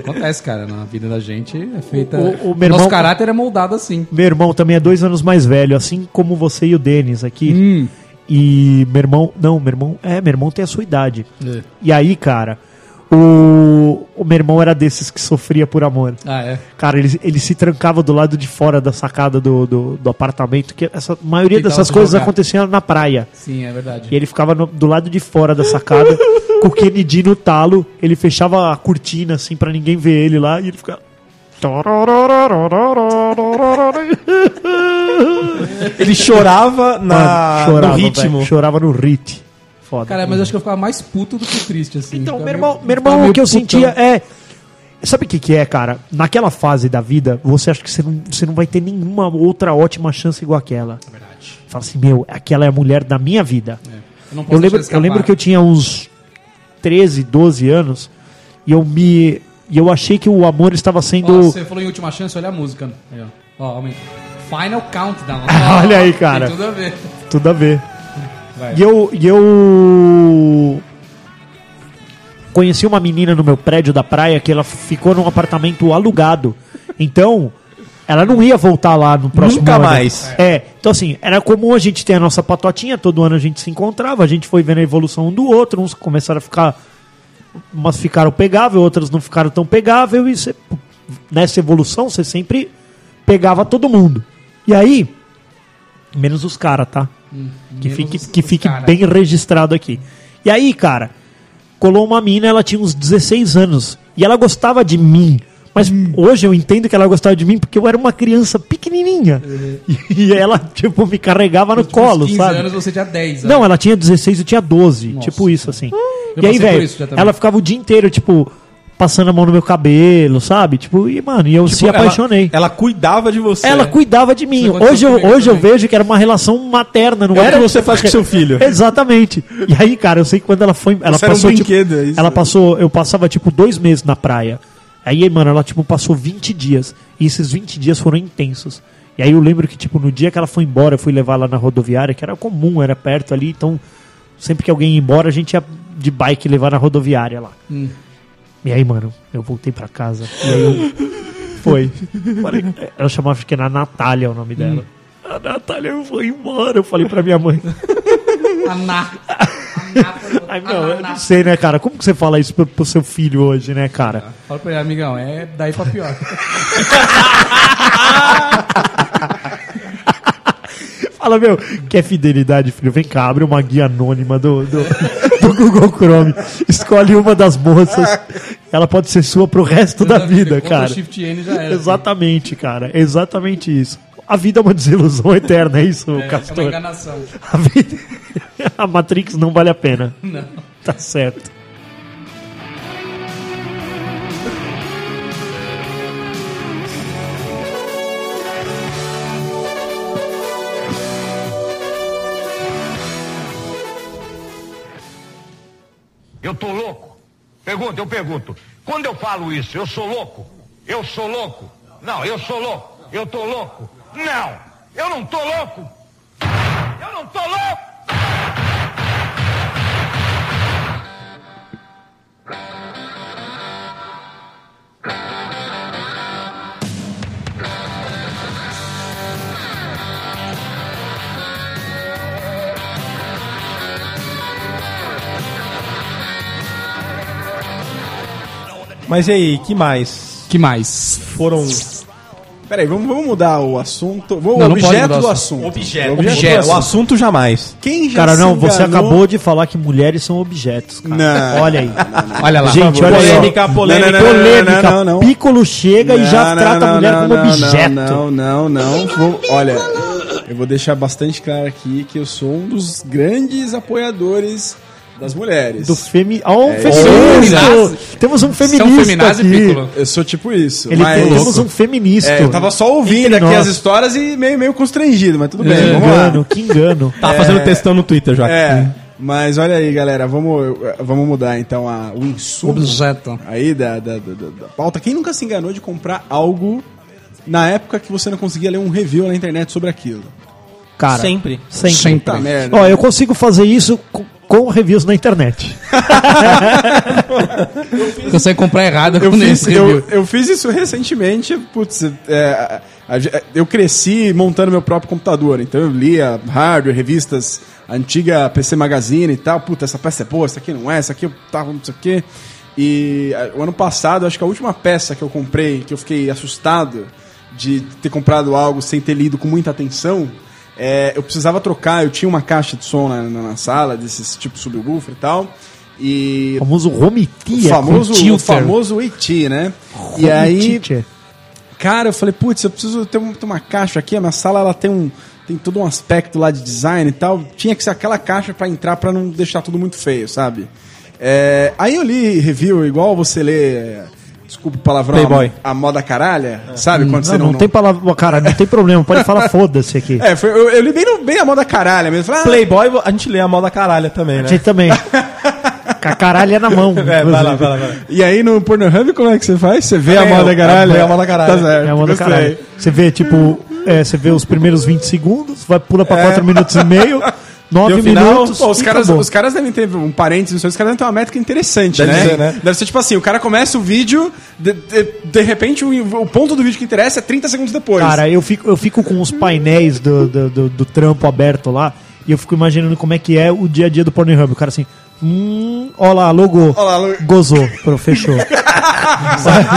D: Acontece, cara. Na vida da gente é feita...
C: O- o meu irmão-
D: Nosso caráter é moldado assim.
C: Meu irmão também é dois anos mais velho, assim como você e o Denis aqui.
D: Hum.
C: E meu irmão. Não, meu irmão. É, meu irmão tem a sua idade.
D: É.
C: E aí, cara, o, o meu irmão era desses que sofria por amor.
D: Ah, é.
C: Cara, ele, ele se trancava do lado de fora da sacada do, do, do apartamento, que essa a maioria
D: Ficava
C: dessas
D: se
C: coisas
D: jogar.
C: acontecia na praia.
D: Sim, é verdade.
C: E ele ficava no- do lado de fora da sacada, com o Kennedy no talo. Ele fechava a cortina, assim, pra ninguém ver ele lá. E ele ficava.
B: Ele chorava na...
C: Mano, chorava,
B: no ritmo.
C: velho, chorava no rit. Foda.
D: Cara, mas eu acho que eu ficava mais puto do que triste, assim.
C: Então,
D: Ficava
C: meu irmão,
D: meio-
C: meu
D: ficava
C: irmão
D: meio
C: o que eu
D: putão.
C: sentia é. Sabe o que, que é, cara? Naquela fase da vida, você acha que você não, você não vai ter nenhuma outra ótima chance igual aquela. É verdade. Fala assim, meu, aquela é a mulher da minha vida.
D: né? Eu, não posso
C: Eu lembro,
D: deixar
C: eu lembro
D: escapar.
C: que eu tinha uns 13, 12 anos e eu me. E eu achei que o amor estava
D: Ó,
C: sendo.
D: você falou em última chance, olha a música. Aí, ó. Ó, aumenta. Final Countdown. Ó,
C: Olha aí, cara.
D: Tem tudo a ver.
C: Tudo a ver.
D: Vai.
C: E eu, e eu conheci uma menina no meu prédio da praia que ela ficou num apartamento alugado. Então, ela não ia voltar lá no próximo
B: Nunca
C: ano.
B: mais.
C: É. Então, assim, era comum a gente ter a nossa patotinha, todo ano a gente se encontrava, a gente foi vendo a evolução um do outro, uns começaram a ficar. Umas ficaram pegável, outras não ficaram tão pegável, e cê- nessa evolução você sempre pegava todo mundo. E aí, menos os caras, tá? Que
D: Hum, Menos
C: fique,
D: os-
C: que
D: os
C: fique
D: cara.
C: bem registrado aqui. E aí, cara, colou uma mina, ela tinha uns 16 anos. E ela gostava de mim. Mas
D: Hum.
C: hoje eu entendo que ela gostava de mim porque eu era uma criança pequenininha. E, ela, tipo, me carregava no colo,
D: Uhum. Uns 15
C: sabe?
D: anos você tinha 10.
C: Não, ela tinha 16 e eu tinha 12.
D: Nossa.
C: Tipo isso, assim.
D: Eu
C: E aí,
D: passei por
C: velho,
D: isso já também.
C: ela ficava o dia inteiro, tipo, passando a mão no meu cabelo, sabe? Tipo, e, mano, e eu se
B: Ela-
C: apaixonei.
B: Ela, cuidava de você.
C: Ela cuidava de mim.
D: Isso É. aconteceu
C: Hoje, eu,
D: comigo
C: hoje eu
D: também.
C: vejo que era uma relação materna, não
B: É o
C: era?
B: que você faz com seu filho.
C: Exatamente. E aí, cara, eu sei que quando ela foi. Ela
F: Isso era um
C: passou. tipo,
F: brinquedo, é isso.
C: ela passou. Eu passava, tipo, dois meses na praia. Aí, mano, ela, tipo, passou 20 dias. E esses 20 dias foram intensos. E aí eu lembro que, tipo, no dia que ela foi embora, eu fui levar ela na rodoviária, que era comum, era perto ali, então. Sempre que alguém ia embora, a gente ia de bike levar na rodoviária lá. E aí, mano, eu voltei pra casa. E aí eu. Foi. Falei- Ela chamava, acho que era Natália o nome dela. A Natália, eu vou embora. Eu falei pra minha mãe. Ah,
D: Aná.
C: Ai, não, eu não sei, né, cara? Como que você fala isso pro, pro seu filho hoje, né, cara?
D: Fala pra ele, amigão, é daí pra pior.
C: Fala, meu, quer fidelidade, filho? Vem cá, abre uma guia anônima do, do, do Google Chrome. Escolhe uma das moças. Ela pode ser sua pro resto da vida,
D: Contra
C: cara.
D: Shift N já era.
C: Exatamente, cara. É Exatamente isso. A vida é uma desilusão eterna, é isso,
D: É, é uma
C: Castor?
D: enganação.
C: A vida... A Matrix não vale a pena. Não. Tá certo.
G: Eu tô louco? Pergunta, eu pergunto. Quando eu falo isso, eu sou louco? Eu sou louco? Não, eu sou louco. Eu tô louco? Não, eu não tô louco. Eu não tô louco.
B: Mas e aí, que mais?
D: Que mais?
B: Foram
F: um Peraí, vamos, vamos mudar o assunto. Vamos,
D: Não,
F: o
D: não pode
F: objeto
D: mudar o
F: do
D: assunto.
F: assunto.
B: objetos.
F: O objeto
D: Objetos.
F: do
B: O
F: assunto.
B: assunto jamais.
F: Quem já
C: Cara,
F: se
C: não, você
F: enganou-
C: acabou de falar que mulheres são objetos, cara.
F: Não.
C: Olha aí.
D: Olha lá.
C: Gente, olha só.
B: Polêmica, polêmica.
F: Não, não, não, não,
C: Polêmica.
F: não, não.
C: Piccolo chega e já
F: Não,
C: trata
F: não,
C: a mulher
F: não,
C: como
F: não,
C: objeto.
F: Não, não, não. Vou- olha, eu vou deixar bastante claro aqui que eu sou um dos grandes apoiadores das mulheres.
C: Do femi... Ó, um
F: É,
C: feminista.
D: feminazi.
C: Temos um
D: Você é um
C: feminista
D: feminazi,
C: aqui.
D: Piccolo?
F: Eu sou tipo isso.
C: Ele
F: mas...
C: tem- temos um feminista.
F: É, eu tava só ouvindo
C: Entre
F: aqui
C: nós.
F: as histórias e meio, meio constrangido, mas tudo
C: Que
F: bem, vamos lá.
C: engano, que engano.
B: Tá fazendo textão no Twitter já.
F: É, mas olha aí, galera, vamos, eu- vamos mudar então a, o insumo
D: Objeto.
F: aí da, da, da, da- da pauta. Quem nunca se enganou de comprar algo na época que você não conseguia ler um review na internet sobre aquilo?
C: Cara,
B: Sempre.
C: sempre.
D: Sempre.
F: Tá merda.
C: Ó, eu consigo fazer isso co- com reviews na internet.
D: Consegue comprar errado
F: Eu
D: com
F: fiz,
D: esse
F: eu,
D: review.
F: eu fiz isso recentemente, putz, é, a- a- eu cresci montando meu próprio computador, então eu lia hardware, revistas, a antiga PC Magazine e tal, puta, essa peça é boa, essa aqui não é, essa aqui eu tava não sei o quê. E a, o ano passado, acho que a última peça que eu comprei, que eu fiquei assustado de ter comprado algo sem ter lido com muita atenção, é, eu precisava trocar, eu tinha uma caixa de som na, na- na sala, desses tipo subwoofer e tal, e
C: O famoso é home
F: o
C: theater.
F: famoso, o
D: Tilter.
F: famoso IT, né? E
C: Home
F: aí,
C: theater.
F: cara, eu falei, putz, eu preciso ter, um- ter uma caixa aqui, a minha sala ela tem um tem todo um aspecto lá de design e tal, tinha que ser aquela caixa pra entrar pra não deixar tudo muito feio, sabe? É, aí eu li review igual você lê, é, desculpa o palavrão,
B: Playboy.
F: A, a moda caralha, sabe? Quando
C: Não,
F: você
C: não,
F: não,
C: tem palavra. Cara, não tem problema. Pode falar foda-se aqui.
F: É, foi- eu, eu li bem, no- bem a moda caralha mesmo. Falei, ah,
B: Playboy, a gente lê é a moda caralha também,
C: A
B: né?
C: gente também. Com a caralha na mão.
B: É, vai lá, vai lá, vai lá.
F: "Ah, E aí no Pornhub, como é que você faz? Você vê a
B: Também
F: moda
B: eu-
F: caralho?
B: vê a moda caralho.
F: Tá certo,
C: É uma do
F: gostei.
C: caralho. Você vê, tipo, é, você vê os primeiros 20 segundos, vai pula
F: É.
C: pra 4 minutos e meio, 9
B: Deu final,
C: minutos.
F: Pô, os,
C: e
F: caras,
C: acabou.
F: os caras devem ter um parênteses, não sei, os caras devem ter uma métrica interessante,
B: Deve
F: né?
B: ser, né?
F: Deve ser tipo assim, o cara começa o vídeo, de, de, de repente o, o ponto do vídeo que interessa é 30 segundos depois.
C: Cara, eu fico, eu fico com os painéis do, do, do- do trampo aberto lá e eu fico imaginando como é que é o dia a dia do Pornhub. O cara assim, hum, ó lá, logou.
F: Ó lá, lo-
C: Gozou, pro, fechou.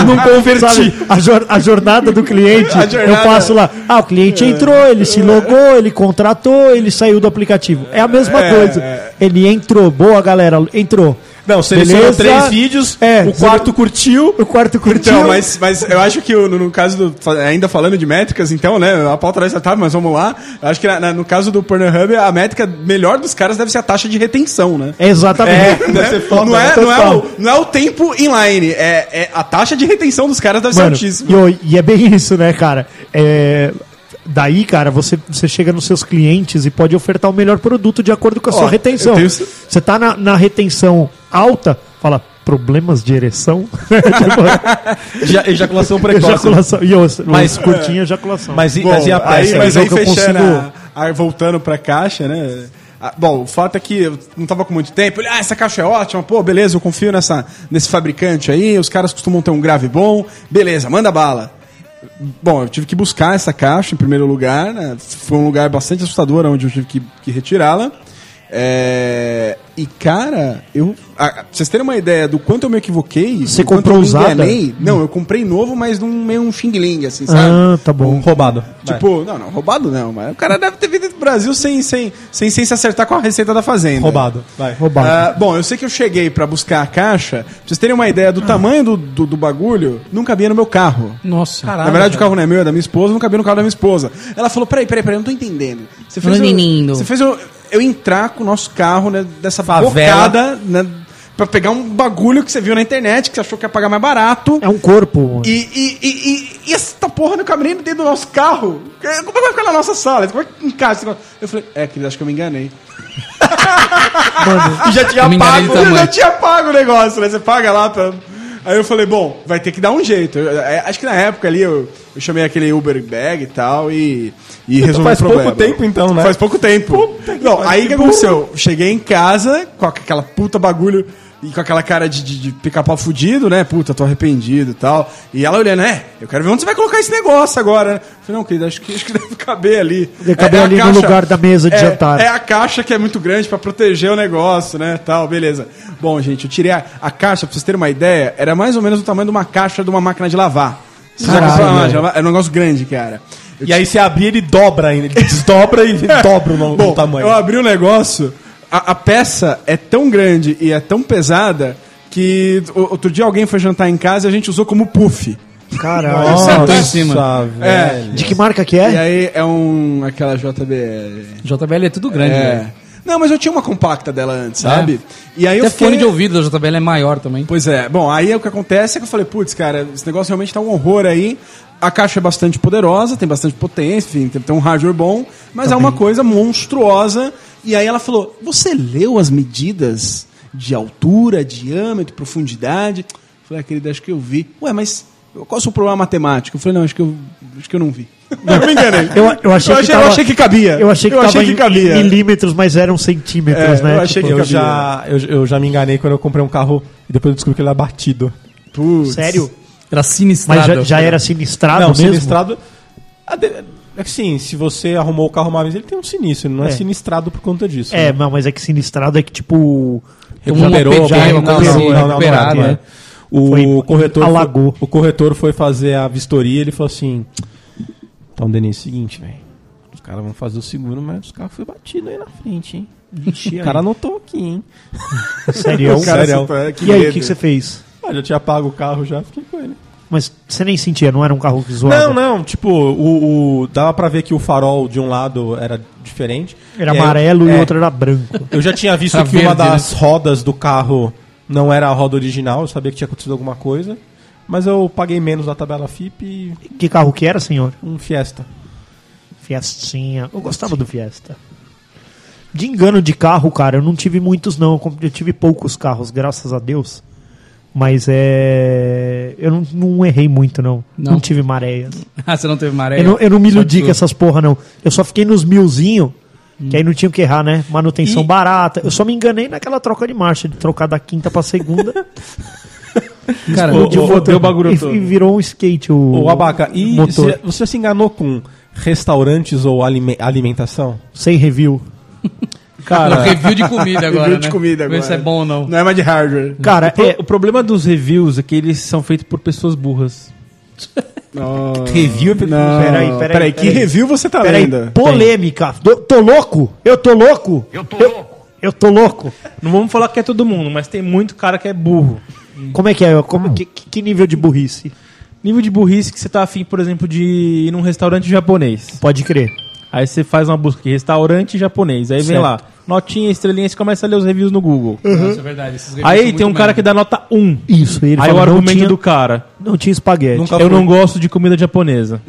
F: não converti.
C: Sabe, a, jor- a jornada do cliente,
F: A jornada. É.
C: eu passo lá. Ah, o cliente entrou, ele se logou, ele contratou, ele saiu do aplicativo. É a mesma coisa. Ele entrou, boa galera, entrou.
B: Não, selecionou
C: Beleza.
B: três vídeos,
C: É,
B: o quarto curtiu.
C: O quarto curtiu.
F: Então, mas, mas eu acho que o- no, no caso do. fa- Ainda falando de métricas, então, né? A pauta já tá, mas vamos lá. Eu acho que na- na- no caso do Pornhub, a métrica melhor dos caras deve ser a taxa de retenção, né?
C: É, Exatamente.
F: Né? não, é, não, é o, não é o tempo inline, é, é a taxa de retenção dos caras deve
C: Mano,
F: ser altíssima.
C: e, o- e é bem isso, né, cara? É, daí, cara, você, você chega nos seus clientes e pode ofertar o melhor produto de acordo com a
F: Ó,
C: sua retenção.
F: eu tenho-
C: Você tá na, na retenção alta, fala problemas de ereção, Tipo,
B: Já, ejaculação precoce.
C: ejaculação. E eu,
B: Mas-
C: mas curtinha
F: é,
C: ejaculação.
B: Mas, e-
F: Bom,
B: mas e a
F: aí,
B: peça?
F: mas
C: é o
F: aí né?
C: que eu
F: fechando,
C: consigo-
F: a- a- voltando pra caixa, né? Ah, Bom, o fato é que eu não tava com muito tempo. Ele, Ah, essa caixa é ótima, pô, beleza, eu confio nessa, nesse fabricante aí, os caras costumam ter um grave bom, beleza, manda bala. Bom, eu tive que buscar essa caixa em primeiro lugar, né? Foi um lugar bastante assustador onde eu tive que, que retirá-la. É, E, cara, eu. ah, pra vocês terem uma ideia do quanto eu me equivoquei.
C: Você
F: do quanto
C: comprou
F: eu me
C: usada?
F: enganei, Não, eu comprei novo, mas num meio um xing-ling, assim, sabe?
C: Ah, tá bom.
B: Um Roubado.
F: Tipo, não, não, roubado não, mas o cara deve ter vindo do Brasil sem, sem, sem, sem se acertar com a receita da fazenda.
B: Roubado. Vai.
C: Roubado.
F: Ah, bom, eu sei que eu cheguei pra buscar a caixa, pra vocês terem uma
C: Ah.
F: ideia do tamanho do, do, do bagulho, não cabia no meu carro.
D: Nossa.
F: Na verdade, o carro não é meu, é da minha esposa, não cabia no carro da minha esposa. Ela falou: peraí, peraí, peraí, eu não tô entendendo. Você
D: Não,
F: eu-
D: menino.
F: Você fez eu, eu entrar com o nosso carro, né, dessa
B: Favela.
F: bocada, né, pra pegar um bagulho que você viu na internet, que você achou que ia pagar mais barato.
C: É um corpo. mano.
F: E, e, e, e, e essa porra não cabe nem dentro do nosso carro. Como é que vai ficar na nossa sala? Como é que encaixa? esse negócio? Eu falei, é, querido, acho que eu me enganei.
B: E já
D: Eu
B: tinha
D: me enganei de
F: Eu já
D: tamanho.
F: tinha pago o negócio, né? Você paga lá pra... Aí eu falei, bom, vai ter que dar um jeito. Eu- eu- acho que na época ali eu, eu chamei aquele Uber Bag e tal e, e resolvi
B: Então faz
F: o problema.
B: pouco tempo, então, né?
F: Faz pouco tempo. Não, aí o que aconteceu? Cheguei em casa com aquela puta bagulho e com aquela cara de, de, de pica-pau fudido, né? Puta, tô arrependido e tal. E ela olhando, é, eu quero ver onde você vai colocar esse negócio agora, né? Eu falei, não, querido, acho que, acho que deve caber ali. É,
C: Deve caber
F: a
C: ali no lugar da mesa de
F: é,
C: jantar.
F: É a caixa que é muito grande pra proteger o negócio, né? Tal, beleza. Bom, gente, eu tirei a, a caixa, pra vocês terem uma ideia, era mais ou menos o tamanho de uma caixa de uma máquina de lavar. Vocês já
C: Caralho,
F: compraram uma
C: velho.
F: máquina de lavar? Era um negócio grande, cara. Eu
B: E aí você abrir, ele dobra ainda. Ele desdobra e dobra o, no-
F: Bom,
B: o tamanho.
F: Eu abri o negócio, a, a peça é tão grande e é tão pesada que o- outro dia alguém foi jantar em casa e a gente usou como puff.
C: Caralho.
D: Sentou em cima.
B: É.
F: velho.
C: De que marca que
F: E
C: é?
F: aí é um. aquela JBL.
D: JBL é tudo grande,
F: É.
D: velho.
F: Não, mas eu tinha uma compacta dela antes, sabe? E aí
D: Até
F: eu fiquei...
D: fone de ouvido da JBL é maior também.
F: Pois é. Bom, aí o que acontece é que eu falei, putz, cara, esse negócio realmente tá um horror aí. A caixa é bastante poderosa, tem bastante potência, enfim, tem, tem um hardware bom, mas é uma coisa monstruosa. E aí ela falou: Você leu as medidas de altura, diâmetro, profundidade? Eu falei, ah, querida, acho que eu vi. Ué, mas qual é o seu problema matemático? Eu falei, não, acho que eu, acho que eu não vi. eu me enganei.
C: Eu, eu achei que
F: eu
C: tava-
F: achei que cabia.
C: Eu achei que,
F: eu
C: tava
F: achei que
C: em-
F: cabia.
C: em milímetros, mas eram centímetros,
F: É,
C: né?
F: eu achei
C: Tipo,
B: Eu já, eu, eu já me enganei quando eu comprei um carro e depois eu descobri que ele é era batido.
F: Putz.
C: Sério?
D: Era sinistrado.
C: Mas já, já era sinistrado
B: não,
C: Ah, mesmo?
B: sinistrado. a de- É que sim, se você arrumou o carro uma vez, ele tem um sinistro, ele não é,
C: É.
B: sinistrado por conta disso.
C: É,
B: né?
C: não, mas é que sinistrado é que tipo...
D: Tem um
B: recuperou,
D: OPG,
B: não,
D: uma coisa
B: não,
D: assim,
B: não, não, não,
D: recuperado,
B: não é.
D: né?
B: O
C: Foi-
B: corretor
C: alagou.
B: foi- o corretor foi fazer a vistoria, ele falou assim: "Então, Denis, é o seguinte, velho. Os caras vão fazer o seguro, mas os carros foi batido aí na frente, hein? o cara anotou aqui, hein?
C: Sério?
F: O cara,
B: Sério.
F: super-
C: E aí, o
F: medo.
C: que, que você fez?
B: Ah, já tinha pago o carro já, fiquei com ele.
C: Mas você nem sentia, não era um carro
B: Não,
C: zoado?
B: não, tipo, o, o- dava pra ver que o farol de um lado era diferente.
C: Era
B: E aí-
C: amarelo e
B: é,
C: o outro era branco.
B: Eu já tinha visto
E: Tá
D: Era
B: que uma
D: verde, né?
B: das rodas do carro não era a roda original, eu sabia que tinha acontecido alguma coisa. Mas eu paguei menos na tabela FIP e
C: Que carro que era, senhor?
B: um Fiesta.
C: Fiestinha. Eu gostava do Fiesta. De engano de carro, cara, eu não tive muitos, não. Eu comp- Eu tive poucos carros, graças a Deus. Mas é. Eu não, não errei muito, não.
D: Não.
C: Não, tive maréias.
D: Ah, você não teve maré?
C: eu, não, eu não me iludi
D: Absurdo.
C: com essas porra, não. Eu só fiquei nos milzinho, que aí não tinha o que errar, né? Manutenção
B: Hum. E-
C: barata. Eu só me enganei naquela troca de marcha, de trocar da quinta pra segunda.
D: Cara,
B: Ô,
C: explodiu
B: ô,
C: o motor.
B: deu o bagulho
C: e,
B: todo.
C: e virou um skate o,
B: Ô, Abaca, e
C: motor.
B: você, você se enganou com restaurantes ou alime- alimentação?
C: Sem review.
D: Não, review de comida agora,
F: Review de
D: né?
F: comida
D: Ver
F: agora.
D: se é bom ou não.
F: Não é mais de hardware.
C: Cara,
E: O, pro-
C: é,
E: o problema dos reviews é que eles são feitos por pessoas burras.
F: Não.
B: Review é pelo-
F: Não.
C: Peraí, peraí, peraí.
F: que review você tá
C: Peraí,
F: lendo?
C: polêmica. Tô, tô louco? Eu tô louco?
G: Eu tô louco.
C: Eu tô louco.
I: Não vamos falar que é todo mundo, mas tem muito cara que é burro.
B: Hum.
C: Como é que é? Como, que, que que nível de burrice?
E: Nível de burrice que você tá afim, por exemplo, de ir num restaurante japonês.
C: Pode crer.
E: Aí você faz uma busca aqui, restaurante japonês. Aí vem
C: Certo.
E: lá, notinha, estrelinha, você começa a ler os reviews no Google.
D: Isso é verdade. esses reviews são
E: Aí
D: muito
E: tem um cara
D: merda.
E: que dá nota 1.
C: Isso, e ele
E: Aí
C: fala,
E: o
C: não
E: argumento
C: tinha-
E: do cara,
C: Não tinha espaguete.
B: Nunca
E: eu
B: fui.
E: não gosto de comida japonesa.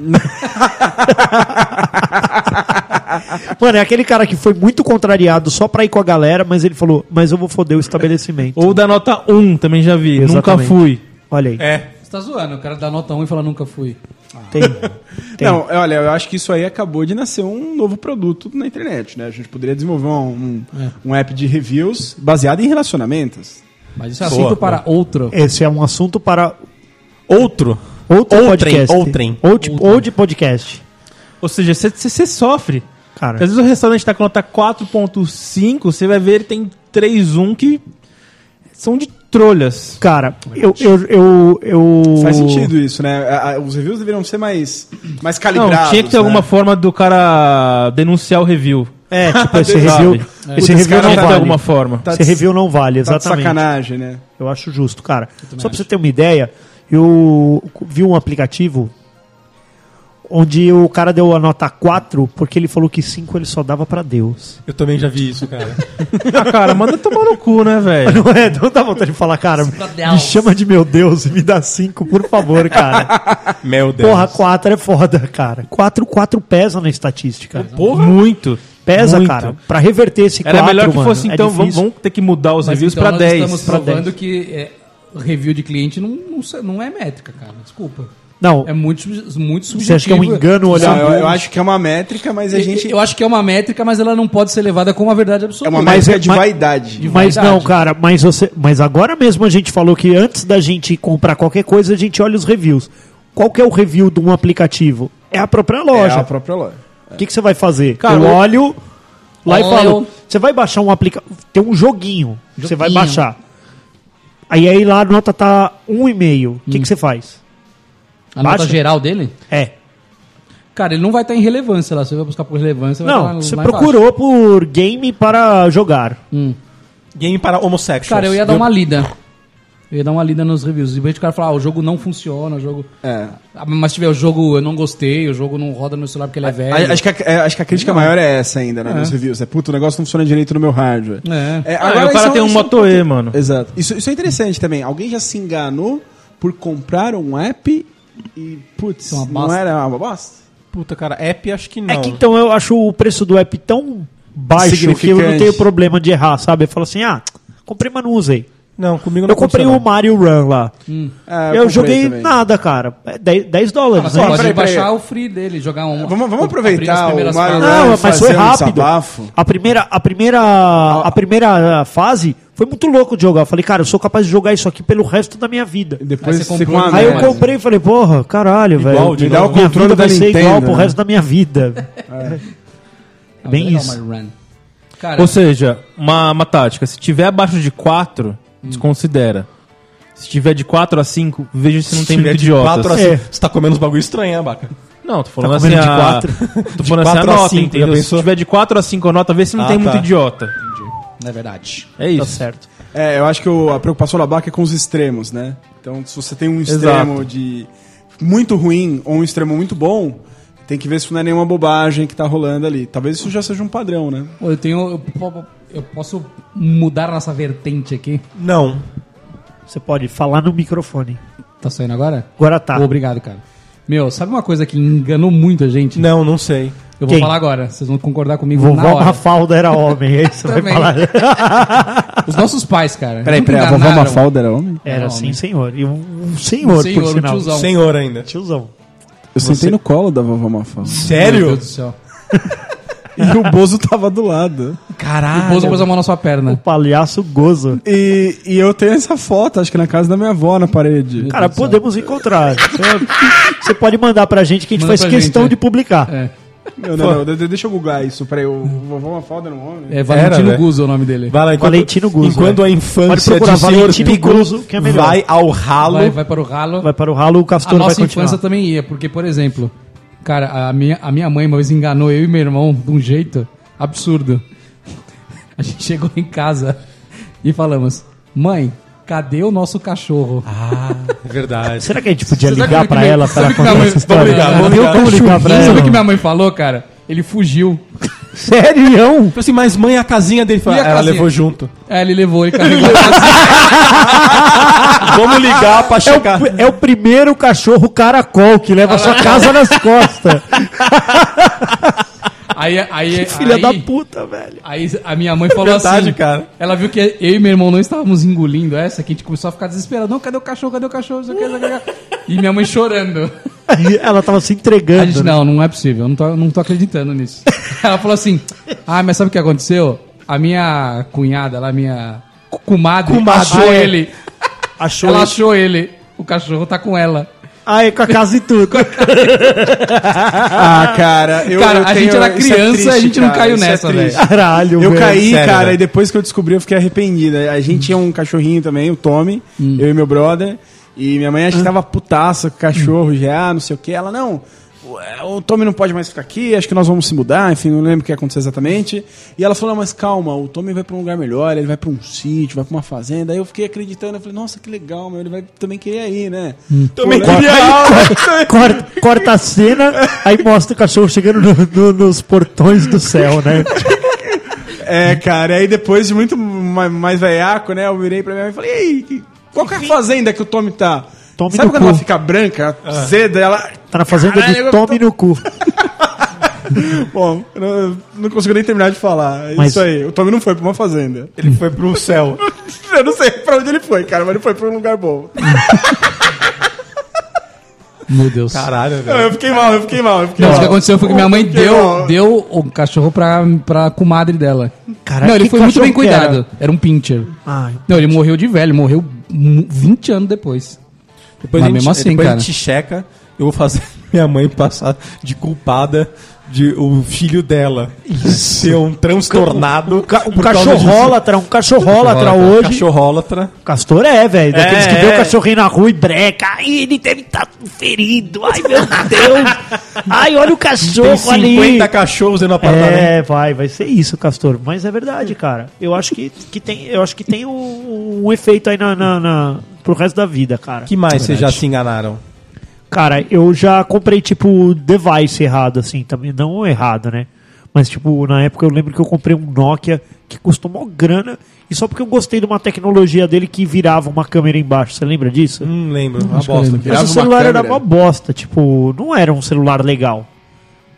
C: Mano, é aquele cara que foi muito contrariado só pra ir com a galera, mas ele falou, mas eu vou foder o estabelecimento.
E: Ou dá nota 1, também já vi, nunca
C: Exatamente.
E: fui.
C: Olha aí.
B: É.
D: Você tá zoando, o cara dá nota 1 e fala nunca fui.
C: Tem. tem.
F: Não, é, olha, eu acho que isso aí acabou de nascer um novo produto na internet, né? A gente poderia desenvolver um, um,
E: É.
F: um app de reviews baseado em relacionamentos.
D: Mas isso é assunto para outro.
C: Esse é um assunto para
B: Outro.
C: outro
B: Outrem,
C: podcast.
B: outrem.
C: Ou de, ou de podcast.
E: Ou seja, você- você você sofre.
C: cara.
E: Às vezes o restaurante tá com nota 4.5, você vai ver ele tem 3.1 que são de trolhas.
C: Cara, eu. eu, eu, eu-
F: Faz sentido isso, né? A- a- Os reviews deveriam ser mais, mais
E: Não,
F: calibrados.
E: tinha que ter
F: né?
E: alguma forma do cara denunciar o review.
C: É, tipo, esse
E: Sabe?
C: review. Esse
F: Esse
C: review
F: cara
C: não
E: Tinha que ter
C: vale.
E: alguma forma.
F: Tá
C: Esse
F: de-
C: review não vale,
F: Tá de
C: exatamente.
F: sacanagem, né?
C: Eu acho justo, cara. Só pra você ter uma ideia, eu vi um aplicativo onde o cara deu a nota 4 porque ele falou que 5 ele só dava pra Deus.
B: Eu também já vi isso, cara.
E: Ah, cara, manda tomar no cu, né, velho?
C: Não é? Não dá vontade de falar, cara, me chama de meu Deus e me dá 5, por favor, cara.
B: Meu Deus.
C: Porra, 4 é foda, cara. 4, 4 pesa na estatística.
E: É Porra. Muito.
C: Pesa,
E: muito.
C: cara. Pra reverter esse 4,
E: Era melhor que
C: mano,
E: fosse,
C: é
E: então, vamos,
C: difícil.
E: vamos ter que mudar os
D: Mas
E: reviews
D: então
E: pra
D: nós
E: 10.
D: estamos
E: pra 10.
D: provando que é, review de cliente não, não, se- não é métrica, cara. Desculpa.
C: Não,
D: É muito, sub- muito subjetivo.
C: você acha que é um engano olhar...
F: Não, eu, eu acho que é uma métrica, mas a
D: Eu-
F: gente.
D: Eu acho que é uma métrica, mas ela não pode ser levada como a verdade
F: É
D: absoluta.
F: uma
C: mas
F: métrica
C: é-
F: de
C: mas-
F: vaidade.
C: Mas
D: Verdade.
C: não, cara, mas você. Mas agora mesmo a gente falou que antes da gente comprar qualquer coisa, a gente olha os reviews. Qual que é o review de um aplicativo? É a própria
F: É
C: loja.
F: a própria loja.
C: O que, que você vai fazer?
E: Cara,
C: eu
E: eu-
C: olho lá e
D: Olha,
C: falo.
D: eu-
C: Você vai baixar um aplicativo. Tem um joguinho, que Você vai
D: Joguinho.
C: baixar. Aí aí lá a nota tá 1,5. O que,
D: Hum.
C: que você faz?
D: A nota
C: Baixa.
D: geral dele?
C: É.
D: Cara, ele não vai estar em relevância lá. Você vai buscar por relevância. vai tá
C: Não,
D: lá-
C: você
D: lá embaixo.
C: procurou por game para jogar.
B: Game para homossexuais.
D: Cara, eu ia dar uma lida. Eu ia dar uma lida nos reviews. E o cara falar, ah, o jogo não funciona, o jogo.
F: É.
D: Ah, mas se tiver o jogo, eu não gostei, o jogo não roda no meu celular porque ele é velho.
F: A- Acho que a, é, acho que a crítica maior é essa ainda, né? Nos reviews. É, puta, o negócio não funciona direito no meu hardware.
D: É.
E: Ah, e o cara tem um Moto E, mano.
F: Exato. Isso, isso é interessante também. Alguém já se enganou por comprar um app e, putz,
D: Uma
F: não
D: bosta.
F: era uma bosta?
B: Puta, cara, app acho que não.
C: É que então eu acho o preço do app tão baixo que eu não
F: Significante.
C: tenho problema de errar, sabe? Eu falo assim, ah, comprei, mas não usei.
B: Não, comigo não
C: Eu comprei o
B: aconteceu,
C: Mario Run lá.
F: Ah,
C: eu
F: comprei
C: joguei
F: também.
C: nada, cara. É 10, 10
D: Ah, mas
C: dólares,
D: você
C: né?
D: pode
F: peraí, peraí.
D: baixar o free dele, jogar um.
F: Vamos- vamos
D: o-
F: aproveitar
D: as primeiras
F: o Mario
D: fases.
F: Run.
C: Não, mas
F: fazer
C: foi
F: um
C: rápido.
F: desabafo.
C: a primeira, a primeira, a primeira fase foi muito louco de jogar. Eu falei, cara, eu sou capaz de jogar isso aqui pelo resto da minha vida.
F: Depois
D: Aí você
F: você
D: comprou
F: com
D: um-
F: a
C: Aí eu
F: merda.
C: comprei e falei, porra, caralho, velho.
F: de novo.
C: Minha vida vai
F: da
C: ser igual
F: Nintendo,
C: pro
F: né?
C: resto da minha vida.
D: Ah,
C: Bem
D: legal,
C: isso.
D: Mario Run. Cara,
E: Ou seja, uma, uma tática. Se tiver abaixo de 4, desconsidera. Se tiver de 4 a 5, veja se não tem muito idiota.
B: a
C: É.
B: Você tá comendo uns bagulho estranho, hein, Baca?
E: Não, tô falando
C: Tá
E: assim
C: comendo de
E: a...
C: quatro?
E: Tô falando assim a
B: quatro a
E: nota,
B: cinco,
E: entendeu?
B: já
E: Se
B: pensou?
E: tiver de 4 a 5 a nota, vê se não
B: Ah,
E: tem
B: tá.
E: muito idiota.
D: é verdade.
E: É isso.
C: tá certo.
F: É, eu acho que o- a preocupação da Baca é com os extremos, né? Então, se você tem um extremo
E: Exato.
F: de muito ruim ou um extremo muito bom, tem que ver se não é nenhuma bobagem que tá rolando ali. Talvez isso já seja um padrão, né?
D: Pô, Eu tenho. Eu, po- eu posso mudar a nossa vertente aqui?
B: Não.
C: Você pode falar no microfone.
D: Tá saindo agora?
C: Agora tá.
D: Obrigado, cara. Meu, sabe uma coisa que enganou muito a gente?
B: Não, não sei.
D: Eu vou
C: Quem?
D: falar agora. Vocês vão concordar comigo na
C: Vovó
D: hora.
C: Mafalda era homem, é isso? vai
D: Também.
C: falar.
D: Os nossos pais, cara.
F: Peraí,
D: nunca
F: peraí, a vovó
D: enganaram.
F: Mafalda era homem?
C: Era
D: Era
C: sim,
D: homem.
C: senhor. E um, um senhor,
D: senhor,
C: por
D: um
C: sinal.
D: tiozão. Não.
B: Senhor ainda.
C: Tiozão.
F: Eu sentei no colo da vovó Mafalda.
D: Meu
B: Sério?
D: Deus do céu.
F: e o Bozo tava do lado.
D: O Bozo pôs a mão na sua perna.
C: Palhaço gozo.
F: E, e eu tenho essa foto, acho que na casa da minha avó, na parede.
C: Cara, podemos encontrar. Você- Você pode mandar pra gente que a gente
D: Manda
C: faz
D: pra
C: questão
D: gente,
C: de
D: é.
C: publicar.
D: É.
F: Não, não, não, de- deixa eu googlar isso. Peraí, o vovó Mafalda era um homem?
D: É Valentino
B: velho.
D: Guzzo é o nome dele.
B: Vai lá, enquanto,
C: Valentino Guzzo,
B: Enquanto a
C: é. Pode
B: infância
C: procurar
B: de senhor
C: Valentino
B: Pico
C: Guzzo, que é melhor.
B: vai ao ralo.
D: Vai, vai para o ralo.
C: Vai para o ralo, o
D: a
C: Castor vai
D: nossa
C: continuar.
D: infância tá- também ia, porque, por exemplo, cara, a minha, a minha mãe uma vez enganou eu e meu irmão de um jeito absurdo. A gente chegou em casa e falamos: Mãe, cadê o nosso cachorro?
B: Verdade.
C: Será que a gente podia
D: Você sabe é
C: ligar
D: que
C: pra
D: minha-
C: ela
D: sabe
C: para
D: que minha
C: contar
D: mãe-
C: essa história?
D: Vamos ligar, vamos
C: Deu
D: ligar.
C: como ligar pra
D: Sabe o que
C: ela?
D: minha mãe falou, cara? Ele fugiu.
C: Sério?
B: Tipo assim, mas mãe, a casinha dele foi.
D: E a
B: Ela
D: casinha?
B: levou junto.
D: É, ele levou, ele carregou.
B: Vamos ligar pra
C: É
B: checar.
C: o, é o primeiro cachorro caracol que leva a sua casa nas costas.
D: aí, aí,
C: Filha
D: aí,
C: da puta, velho.
D: Aí a minha mãe falou
B: verdade,
D: assim.
B: cara.
D: Ela viu que eu e meu irmão não estávamos engolindo essa, que a gente começou a ficar desesperado. Não, cadê o cachorro? Cadê o cachorro? Isso aqui, isso aqui, isso aqui. E minha mãe chorando.
C: Aí Ela tava se
D: A
C: entregando.
D: gente,
C: né?
D: não, não é possível, eu não tô, não tô acreditando nisso. Ela falou assim: Ah, mas sabe o que aconteceu? A minha cunhada, lá, a minha cu- comadre,
C: Comadre.
D: achou
C: Ah, é.
D: ele.
C: Achou
D: ela
C: isso.
D: achou ele. O cachorro tá com ela.
C: Ah, é com a casa e tudo.
F: Ah, cara, eu.
D: Cara,
F: eu
D: a gente era
F: isso
D: criança, a gente não caiu
F: isso é
D: nessa,
F: triste.
D: velho.
C: Caralho,
F: Eu
C: velho.
F: caí,
B: sério,
F: cara,
B: velho.
F: e depois que eu descobri, eu fiquei arrependido. A gente tinha um cachorrinho também, o Tommy, eu e meu brother. E minha mãe acho que tava putaça com o cachorro já, não sei o que. Ela, não, o- o Tommy não pode mais ficar aqui, acho que nós vamos se mudar, enfim, não lembro o que aconteceu exatamente. E ela falou, não, mas calma, o Tommy vai pra um lugar melhor, ele vai pra um sítio, vai pra uma fazenda. Aí eu fiquei acreditando, eu falei, nossa, que legal, meu, ele vai também querer ir, né? Também queria
C: Corta, corta- corta a cena, aí mostra o cachorro chegando no- no- nos portões do céu, né?
F: É, cara, aí depois de muito ma- mais veiaco, né? Eu virei pra minha mãe e falei, ei, que- qual que é a fazenda que o Tommy Ah. tá?
C: Tommy
F: Sabe
C: no
F: quando
C: cu.
F: ela fica branca, zeda, ela.
C: Tá na fazenda
F: Caralho,
C: de
F: eu
C: Tome
F: tô-
C: no cu.
F: Bom, eu não, não consigo nem terminar de falar. É
C: Mas-
F: Isso aí, o Tommy não foi pra uma fazenda.
B: Ele foi pro céu.
F: Eu não sei pra onde ele foi, cara, mas ele foi pra um lugar bom.
D: Meu Deus.
B: Caralho,
F: Não,
B: velho.
F: eu fiquei mal, eu fiquei mal. Eu fiquei
D: Não, o
F: mal.
D: que aconteceu foi que minha mãe
F: Eu fiquei
D: deu,
F: mal.
D: deu o cachorro pra, pra comadre dela.
C: Caralho,
D: não, ele
C: que
D: foi muito bem
C: cachorro que era?
D: cuidado. Era? um pincher.
C: Ai.
D: Não, ele morreu de velho, morreu mu- 20 anos depois.
B: Depois,
D: Mas
B: a gente,
D: mesmo assim,
B: depois
D: cara.
B: a gente checa, eu vou fazer minha mãe passar de culpada de o filho dela ser um transtornado.
C: Um, ca um
B: por causa
C: cachorrólatra, um cachorrólatra
B: disso.
C: hoje.
B: Cachorrólatra.
C: Castor é, velho. Daqueles
I: É,
C: que vê o
I: é.
C: cachorrinho na rua e breca. Ai, ele deve estar ferido. Ai, meu Deus. Ai, olha
B: Tem
C: o cachorro
B: 50
C: ali.
B: cachorros dentro do apartamento.
F: né?
C: É, vai, vai ser isso, Castor. Mas é verdade, cara. Eu acho que, que tem, eu acho que tem um, um efeito aí na, na, na- pro resto da vida, cara.
B: que mais vocês já se enganaram?
C: Cara, eu já comprei, tipo, device errado, assim, também. Não errado, né? Mas, tipo, na época eu lembro que eu comprei um Nokia que custou mó grana. E só porque eu gostei de uma tecnologia dele que virava uma câmera embaixo. Você lembra disso?
B: Não lembro. Uma
D: Acho que eu
B: bosta.
D: lembro.
F: Hum. Virava
C: Mas o
F: uma
C: celular era
F: câmera.
C: uma bosta, tipo, não era um celular legal.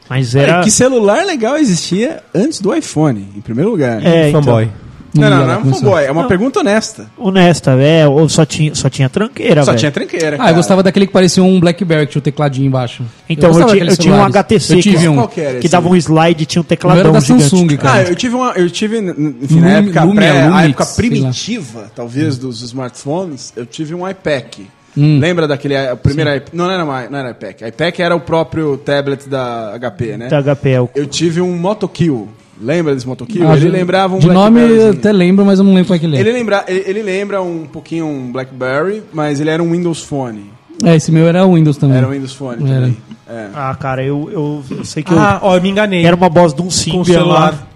C: Mas era.
D: É,
F: Que celular legal existia antes do iPhone, em primeiro lugar.
C: É, então,
B: Fanboy.
F: Não, não, não
D: Ela
F: é um
D: começou.
F: fanboy, é uma pergunta honesta.
C: honesta, é, ou só tinha, só tinha tranqueira,
F: Só
C: velho.
F: tinha tranqueira.
D: Ah, eu gostava daquele que parecia um Blackberry, que tinha o tecladinho embaixo.
C: Então eu,
D: gostava
C: ti-
D: daqueles
C: eu tinha um
D: celulares.
C: HTC
D: Eu tive
C: que,
D: um.
F: Qual que era
C: que
F: esse
C: dava um slide e tinha um
D: O meu era
C: tecladão
D: da
C: gigante.
D: Samsung,
F: Ah,
D: cara.
F: eu tive uma. Eu tive, n- enfim, na
D: Lumi-
F: época,
D: Lumia,
F: pré- a
D: Lumix,
F: época
D: sei lá. Hum.
F: primitiva, talvez, dos smartphones, eu tive um iPac. Lembra daquele a- o primeiro iPad? Não, não era, mais- não era iPac. iPac era o próprio tablet da HP, né?
C: Da HP, é o-
F: Eu tive um Motokill. Lembra desse Motokill?
D: Ah,
F: ele
D: de-
F: lembrava um
D: De nome eu
F: Blackberryzinho.
D: até lembro, mas eu não lembro qual é que ele é.
F: Ele, lembra, ele, ele lembra um pouquinho um BlackBerry, mas ele era um Windows Phone.
D: É, esse meu era Windows também.
F: Era um Windows Phone
D: Era.
F: também. É.
C: Ah, cara, eu, eu, eu sei que
B: Ah, ó, eu me
C: eu
B: enganei.
C: era uma boss de um
B: com o
C: Symbian lá.
B: celular.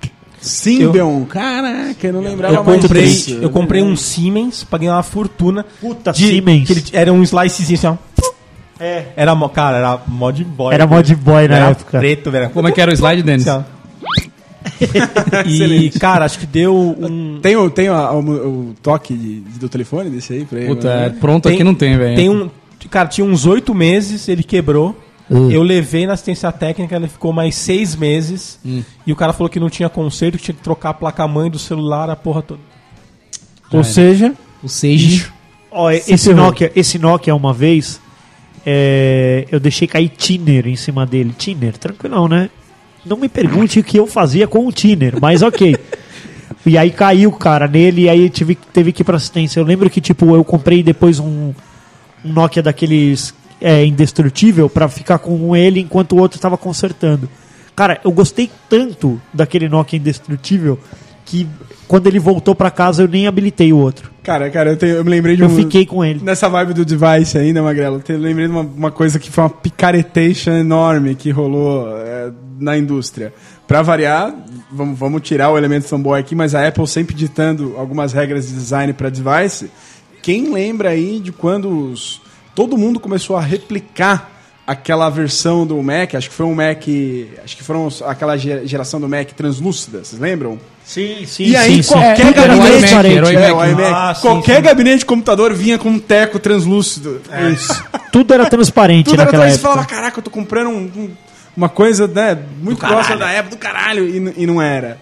F: Symbian, caraca, eu não lembrava
B: Eu
F: mais
B: comprei,
F: disso.
B: eu comprei um Siemens, paguei uma fortuna.
C: Puta, Siemens.
B: que ele- era um slicezinho assim, ó.
C: É.
B: Era, mó- cara, era mod boy.
C: Era mod boy na
B: Era
C: época.
B: preto, velho.
D: Como é que era o slide, Denis?
B: Assim, ó. e, cara, acho que deu um...
F: Tem, o, tem a- o, o toque de- do telefone desse aí pra ele?
D: Puta,
F: né?
D: é, pronto aqui
B: Tem-
D: não tem, velho.
B: Tem um... Cara, tinha uns oito meses, ele quebrou. Eu levei na assistência técnica, ele ficou mais seis meses. E o cara falou que não tinha conserto, que tinha que trocar a placa-mãe do celular, a porra toda.
I: Ou seja,
D: O Sage.
C: Ó,
I: Se
C: esse
I: ferrou.
C: Nokia, esse Nokia uma vez, é, eu deixei cair Tiner em cima dele. Tiner, tranquilão, né? Não me pergunte o que eu fazia com o Tiner, mas ok. e aí caiu, cara, nele, e aí tive, teve que ir pra assistência. Eu lembro que, tipo, eu comprei depois um, um Nokia daqueles é, indestrutível pra ficar com ele enquanto o outro tava consertando. Cara, eu gostei tanto daquele Nokia indestrutível que quando ele voltou pra casa eu nem habilitei o outro.
F: Cara, cara, eu, tenho- eu me lembrei de
C: Eu
F: um-
C: fiquei com ele.
F: Nessa vibe do device ainda, Magrelo, eu lembrei de uma, uma coisa que foi uma picaretation enorme que rolou é, na indústria. Pra variar, vamos, vamos tirar o elemento fanboy aqui, mas a Apple sempre ditando algumas regras de design pra device. Quem lembra aí de quando os- todo mundo começou a replicar aquela versão do Mac, acho que foi um Mac, acho que foram os- aquela ge- geração do Mac translúcida, vocês lembram?
C: Sim, sim,
F: E É, aí
C: É,
F: qualquer
D: Era o
F: gabinete
D: iMac, era o
F: é, o
D: iMac.
F: iMac.
B: Ah, sim,
F: Qualquer gabinete de computador vinha com um teco translúcido. Isso.
C: Tudo era transparente
F: Tudo era
C: naquela
F: atrás e
C: época.
F: falava, caraca, eu tô comprando um- um- uma coisa né, muito próxima da época do caralho, e, n- e não era.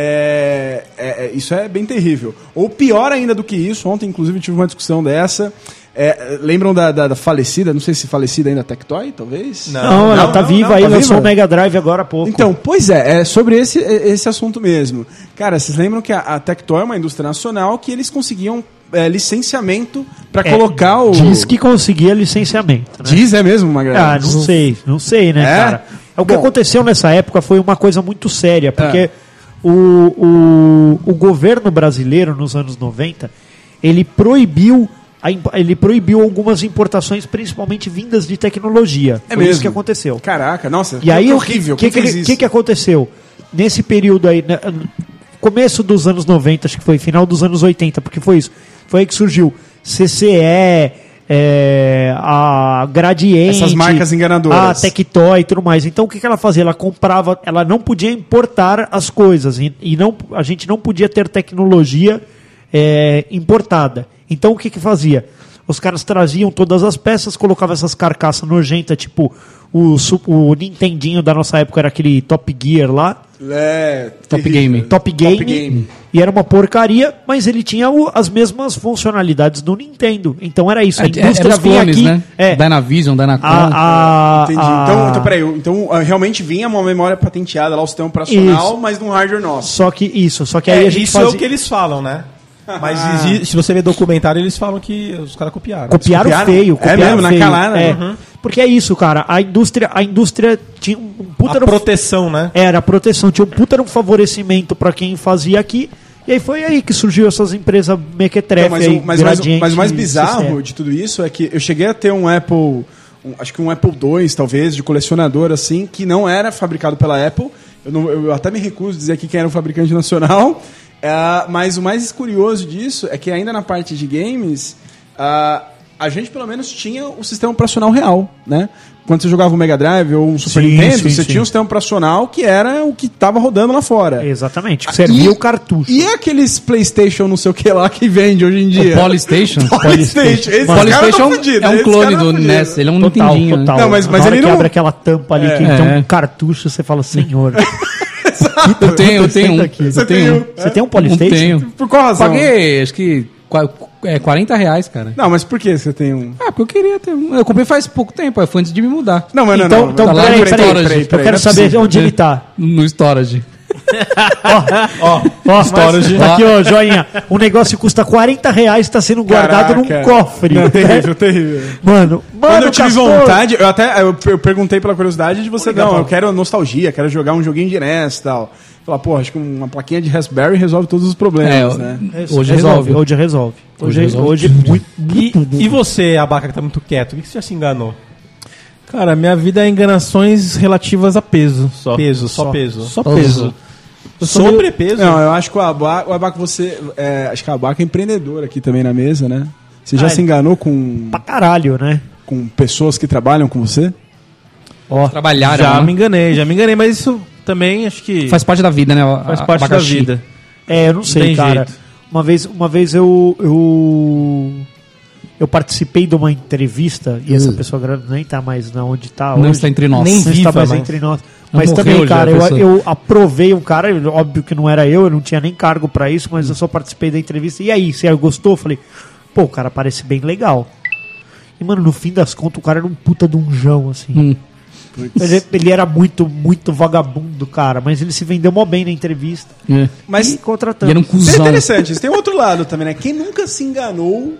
F: É, é, é, isso é bem terrível. Ou pior ainda do que isso, ontem inclusive tive uma discussão dessa. É, é, lembram da, da- da falecida, não sei se falecida ainda, Tectoy, talvez?
B: Não.
C: Não, ela tá
F: não,
C: viva
F: não,
C: aí,
F: tá
C: lançou
F: viva?
C: o Mega Drive agora há pouco.
F: Então, pois é, é sobre esse, esse assunto mesmo. Cara, vocês lembram que a, a Tectoy é uma indústria nacional que eles conseguiam é, licenciamento pra
C: É,
F: colocar o.
C: Diz que conseguia licenciamento. Né?
F: Diz, é mesmo, Magrela?
C: Ah, não sei, não sei, né,
F: É?
C: cara? É, o que
F: Bom. É.
C: aconteceu nessa época foi uma coisa muito séria, porque o, o, o governo brasileiro, nos anos 90, ele proibiu, a imp- ele proibiu algumas importações, principalmente vindas de tecnologia.
F: É
C: Foi
F: mesmo.
C: isso que aconteceu.
F: Caraca, nossa,
C: E aí,
F: que
C: o
F: horrível.
C: que,
F: Quem
C: que,
F: fez
C: que,
F: isso?
C: que, que aconteceu? Nesse período aí, né, começo dos anos 90, acho que foi final dos anos 80, porque foi isso. Foi aí que surgiu CCE, é, a Gradiente.
F: Essas marcas enganadoras.
C: A Tectoy e tudo mais. Então, o que, que ela fazia? Ela comprava, ela não podia importar as coisas. E, e não, a gente não podia ter tecnologia é, importada. Então, o que, que fazia? Os caras traziam todas as peças, colocavam essas carcaças nojentas, tipo o, su- o Nintendinho da nossa época era aquele Top Gear lá.
F: É,
D: Top
F: terrível.
D: Game.
C: Top Game.
F: Game.
C: E era uma porcaria, mas ele tinha o- as mesmas funcionalidades do Nintendo. Então era isso. A indústria
D: É, dos
C: vinha aqui.
D: né?
C: É,
D: Dynavision, Dynacon.
C: Ah, a, a,
F: Entendi.
C: a-
F: Então, então, peraí, então ah, realmente vinha uma memória patenteada lá, o sistema operacional,
C: Isso.
F: mas num hardware nosso.
C: Só que isso, só que aí a gente
B: isso é
C: fazia-
B: o que eles falam, né? Ah. Mas exi- se você ver documentário, eles falam que os caras copiaram.
C: copiaram,
F: copiaram?
C: feio,
F: É
C: copiaram
F: mesmo, na
C: feio.
F: calada,
C: É.
F: uhum.
C: Porque é isso, cara. A indústria, a indústria tinha um puta
B: A
C: no-
B: proteção, né?
C: era a proteção, tinha um puta no favorecimento pra quem fazia aqui. E aí foi aí que surgiu essas empresas mequetrefe
F: Não, mas,
C: aí,
F: o, mas, mas,
C: Gradiente,
F: mas o mais
C: CCE.
F: bizarro de tudo isso é que eu cheguei a ter um Apple, um- acho que um Apple II, talvez, de colecionador, assim, que não era fabricado pela Apple. Eu, não- eu até me recuso a dizer aqui quem era o fabricante nacional. Ah, mas o mais curioso disso é que ainda na parte de games, ah, a gente pelo menos tinha o sistema operacional real, né? Quando você jogava um Mega Drive ou um Super
C: Sim,
F: Nintendo,
C: sim,
F: você
C: sim. É,
F: tinha um sistema operacional que era o que estava rodando lá fora.
C: Exatamente, que servia
F: é Ah, E-
C: o cartucho.
F: E é aqueles PlayStation não sei o que lá que vende hoje em dia?
D: O Polystation.
F: Polystation. Esse cara
D: Polystation
F: tá
D: é um-
F: fudido,
D: é um
F: esse
D: clone
F: cara tá
D: do
F: fudido.
D: NES. Ele é um
C: Total,
D: Nintendinho. né?
C: total.
F: Não, mas-
C: Na
F: mas
C: hora
F: ele
C: que
F: não-
C: abre aquela tampa ali, que
D: É.
C: tem um
D: É.
C: cartucho, você fala, senhor.
D: Eu tenho, eu tenho um.
C: Aqui.
D: Eu
F: Você
D: tenho
F: tem
D: um.
F: um?
C: Você tem um
D: Não
C: Polystation?
D: tenho.
F: Por qual razão?
D: Paguei, acho que qua- é, 40 reais, cara.
F: Não, mas por que você tem um.
D: Ah, porque eu queria ter um. Eu comprei faz pouco tempo, foi antes de me mudar.
F: Não, mas não,
C: Então,
F: não. tá
C: então
F: não,
D: Tá lá
C: peraí,
D: no
C: peraí,
D: storage.
C: peraí,
F: Não
C: Eu
F: é
C: quero saber
F: possível.
C: onde ele tá.
D: No storage.
C: Ó, tá aqui, ó, joinha. O negócio custa 40 reais, tá sendo guardado num
F: Caraca.
C: cofre.
F: Não, terrível, terrível.
C: Mano, mano,
F: Quando eu tive
C: Castor,
F: vontade, eu até eu, eu perguntei pela curiosidade de você, não, eu quero nostalgia, quero jogar um joguinho de NES e tal. Falar, pô, acho que uma plaquinha de Raspberry resolve todos os problemas, né?
D: É,
C: Isso,
D: hoje resolve.
C: Hoje resolve. Hoje,
E: é
D: Hoje resolve.
C: hoje, muito,
B: E,
C: muito, muito.
B: e você, Abaca, que tá muito quieto, o que que você já se enganou?
E: Cara, minha vida é enganações relativas a peso só.
B: Peso, só, peso.
E: Só peso. Eu sou meio-
B: Sobrepeso?
F: Não, eu acho que o Abaco, o Abaco você. é, acho que o Abaco é empreendedor aqui também na mesa, né? Você já
C: Ah,
F: se
C: ele-
F: enganou com,
C: pra caralho, né?
F: com pessoas que trabalham com você?
C: Ó,
D: Trabalharam.
E: Já
D: né?
E: me enganei, já me enganei, mas isso também acho que
D: Faz parte da vida, né? a-
E: faz
D: a-
E: parte da
D: abacaxi.
E: vida.
C: é, eu não sei,
E: Tem
C: cara.
E: jeito.
C: Uma vez, uma vez eu, eu eu participei de uma entrevista e essa pessoa gra- nem tá mais na onde tá
D: Não
C: hoje.
D: está entre nós.
C: Nem
D: Nem
C: está
D: viva
C: mais
D: mais.
C: entre nós. Mas
D: morreu
C: também,
D: já a
C: cara, eu,
D: pessoa.
C: eu aprovei um cara, óbvio que não era eu, eu não tinha nem cargo pra isso, mas eu só participei da entrevista. E aí, você gostou? Eu falei, pô, o cara parece bem legal. E, mano, no fim das contas, o cara era um puta dunjão, assim.
D: Hum.
C: Mas ele, ele era muito, muito vagabundo, cara, mas ele se vendeu mó bem na entrevista.
D: É.
F: Mas-
C: e
D: E
C: contratando.
D: era um
F: Isso é
D: cuzão.
F: interessante, isso tem um outro lado também, né? Quem nunca se enganou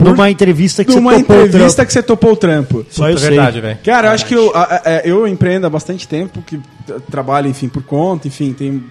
C: Numa entrevista que
F: numa
C: você topou o trampo.
F: entrevista que você topou o trampo?
C: Só eu sei.
B: É verdade, velho.
F: Cara, eu acho que eu, a- a- eu empreendo há bastante tempo, que t- trabalho, enfim, por conta, enfim, tem.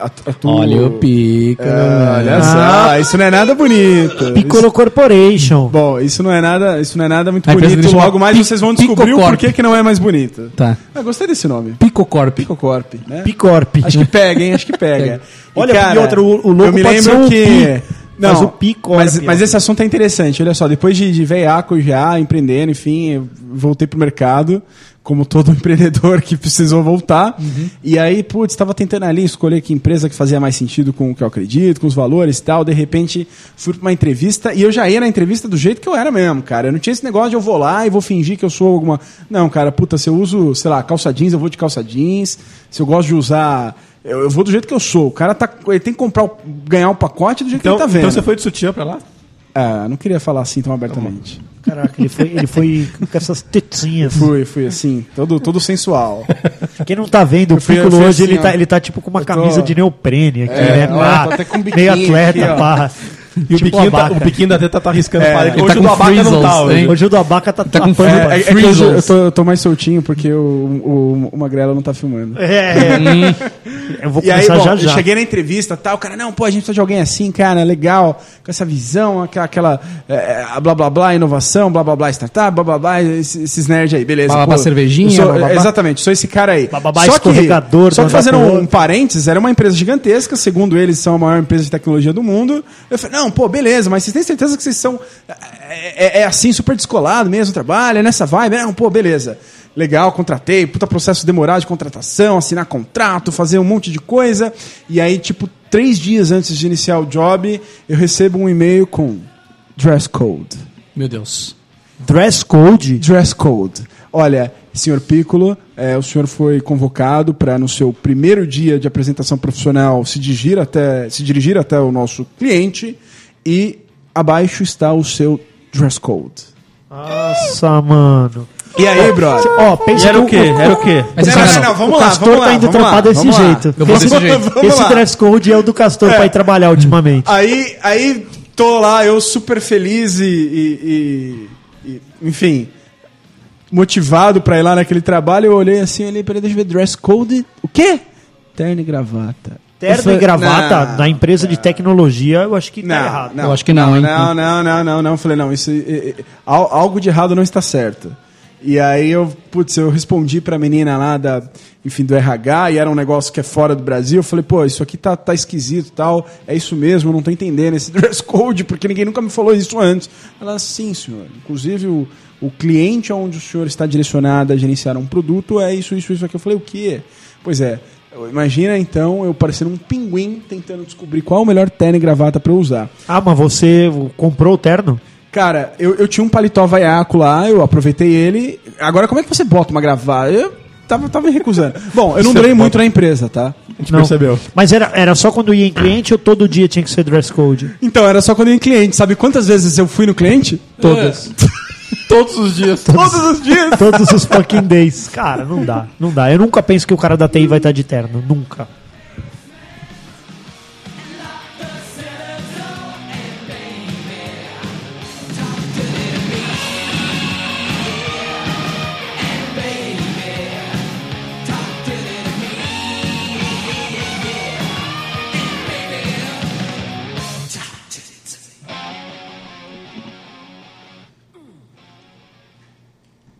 F: atu- Atuo...
D: Olha né? o pica.
C: é. né?
F: Ah, olha só, isso não é nada bonito. Isso,
C: Piccolo Corporation.
F: bom, isso não é nada, isso não é nada muito
D: A empresa
F: bonito.
D: dele chama
F: Logo mais
D: Pi-
F: vocês vão descobrir o
D: Picocorp.
F: porquê que não é mais bonito.
D: Tá.
F: Ah, gostei desse nome.
D: Picocorp.
F: Picocorp, né?
C: Picorp.
F: Acho que pega, hein? Acho que pega.
C: Olha, e outra, o- o logo
F: eu me
C: pode ser
F: lembro
C: um
F: que.
C: pi, mas o pi corre
F: mas,
C: pior.
F: mas esse assunto é interessante. Olha só, depois de, de veiaco já, empreendendo, enfim, eu voltei pro mercado, como todo empreendedor que precisou voltar.
B: Uhum.
F: E aí, putz, estava tentando ali escolher que empresa que fazia mais sentido com o que eu acredito, com os valores e tal. De repente, fui pra uma entrevista e eu já ia na entrevista do jeito que eu era mesmo, cara. Eu não tinha esse negócio de eu vou lá e vou fingir que eu sou alguma. Não, cara, puta, se eu uso, sei lá, calça jeans, eu vou de calça jeans. Se eu gosto de usar. Eu, eu vou do jeito que eu sou. O cara tá, ele tem que comprar, o- ganhar o pacote do jeito
B: Então,
F: que ele tá vendo.
B: então você foi de sutiã pra lá?
F: Ah, não queria falar assim
C: Tá
F: tão abertamente.
C: Caraca, ele foi, ele foi com essas tetinhas.
F: Fui, fui assim, todo, todo sensual.
C: Quem não tá vendo, o
F: fui- eu
C: Piccolo
F: fui
C: hoje,
F: assim,
C: ele
F: ó.
C: tá, ele tá tipo com uma
F: tô-
C: camisa de neoprene aqui,
F: É,
C: né?
F: ó,
C: Pá,
F: tô até com um biquinho
C: meio atleta,
F: aqui, ó.
C: pá.
B: E o,
C: Tipo
B: biquinho tá,
C: abaca.
B: o biquinho da teta tá riscando a parede.
D: ele
B: Hoje
D: tá
B: o
D: com
B: do abaca não tá,
D: frizzles,
B: hoje.
D: hein?
C: Hoje o do Abaca tá,
D: Tá
C: tapando.
D: com fã-
F: É, é que hoje
D: Frizzles.
F: eu, tô, eu tô mais soltinho porque o, o, o Magrela não tá filmando.
C: É. Eu vou
F: E aí,
C: começar
F: bom,
C: já
F: eu
C: já.
F: cheguei na entrevista tal, o cara, não, pô, a gente precisa de alguém assim, cara, legal, com essa visão, aquela, aquela é, a blá blá blá, inovação, blá blá blá, startup, blá blá blá, esses, esses nerds aí, beleza.
D: Blá, blá,
F: pô,
D: blá, cervejinha,
F: eu sou-
D: blá, blá, blá.
F: Exatamente, sou esse cara aí.
C: Blá, blá, blá, escorregador,
F: Só
C: blá, blá,
F: que fazendo
C: blá, blá.
F: um parênteses, era uma empresa gigantesca, segundo eles, são a maior empresa de tecnologia do mundo. Eu falei, não, pô, beleza, mas vocês têm certeza que vocês são. É, é- é assim, super descolado mesmo, trabalho, é nessa vibe? Não, pô, beleza. Legal, contratei, puta processo demorado de contratação, assinar contrato, fazer um monte de coisa. E aí, tipo, três dias antes de iniciar o job, eu recebo um e-mail com dress code.
D: Meu Deus.
C: Dress code.
F: Dress code. Olha, senhor Piccolo, eh, o senhor foi convocado para no seu primeiro dia de apresentação profissional se dirigir até se dirigir até o nosso cliente e abaixo está o seu dress code.
C: Nossa, mano.
F: E aí, brother?
C: Ó, pensa
E: Era o quê? Era o quê?
D: Mas é
F: Não,
D: cara,
F: não, não, vamos
C: o
F: lá,
C: Castor
F: vamos lá,
C: tá indo
F: vamos lá,
C: trampar desse
F: vamos lá.
C: jeito.
D: Eu vou
C: Esse,
D: desse jeito.
F: Vamos
C: esse
F: lá.
C: dress code é o do Castor pra ir trabalhar ultimamente.
F: Aí, aí tô lá, eu super feliz e, e- e- e, enfim, motivado pra ir lá naquele trabalho, eu olhei assim, ali, peraí, deixa eu ver, dress code, o quê? Terno e gravata. Eu
C: Terno
F: falei,
C: e gravata
F: "Não,
C: na empresa de tecnologia, eu acho que
F: Não,
C: tá errado.
F: não.
D: Eu acho que não, hein?
F: Não, não, não, não, não. Falei, não, isso. é, é, al- algo de errado não está certo. E aí eu, putz, eu respondi pra menina lá da, enfim, do RH, e era um negócio que é fora do Brasil. Eu falei, pô, isso aqui tá, tá esquisito e tal. É isso mesmo, eu não tô entendendo esse dress code, porque ninguém nunca me falou isso antes. Ela, sim, senhor. Inclusive, o, o cliente aonde o senhor está direcionado a gerenciar um produto é isso, isso, isso aqui. Eu falei, o quê? Pois é, imagina então eu parecendo um pinguim tentando descobrir qual o melhor terno e gravata pra eu usar.
C: Ah, mas você comprou o terno?
F: Cara, eu, eu tinha um paletó vaiaco lá, eu aproveitei ele. Agora, como é que você bota uma gravata? Eu tava, tava me recusando. Bom, eu não durei muito na empresa, tá?
B: A gente percebeu.
C: Mas era, era só quando ia em cliente ou todo dia tinha que ser dress code?
F: Então, era só quando eu ia em cliente. Sabe quantas vezes eu fui no cliente?
C: Todas.
B: Todos os dias.
F: Todos os dias!
C: Todos os fucking days. Cara, não dá, não dá. Eu nunca penso que o cara da TI vai estar tá de terno. Nunca.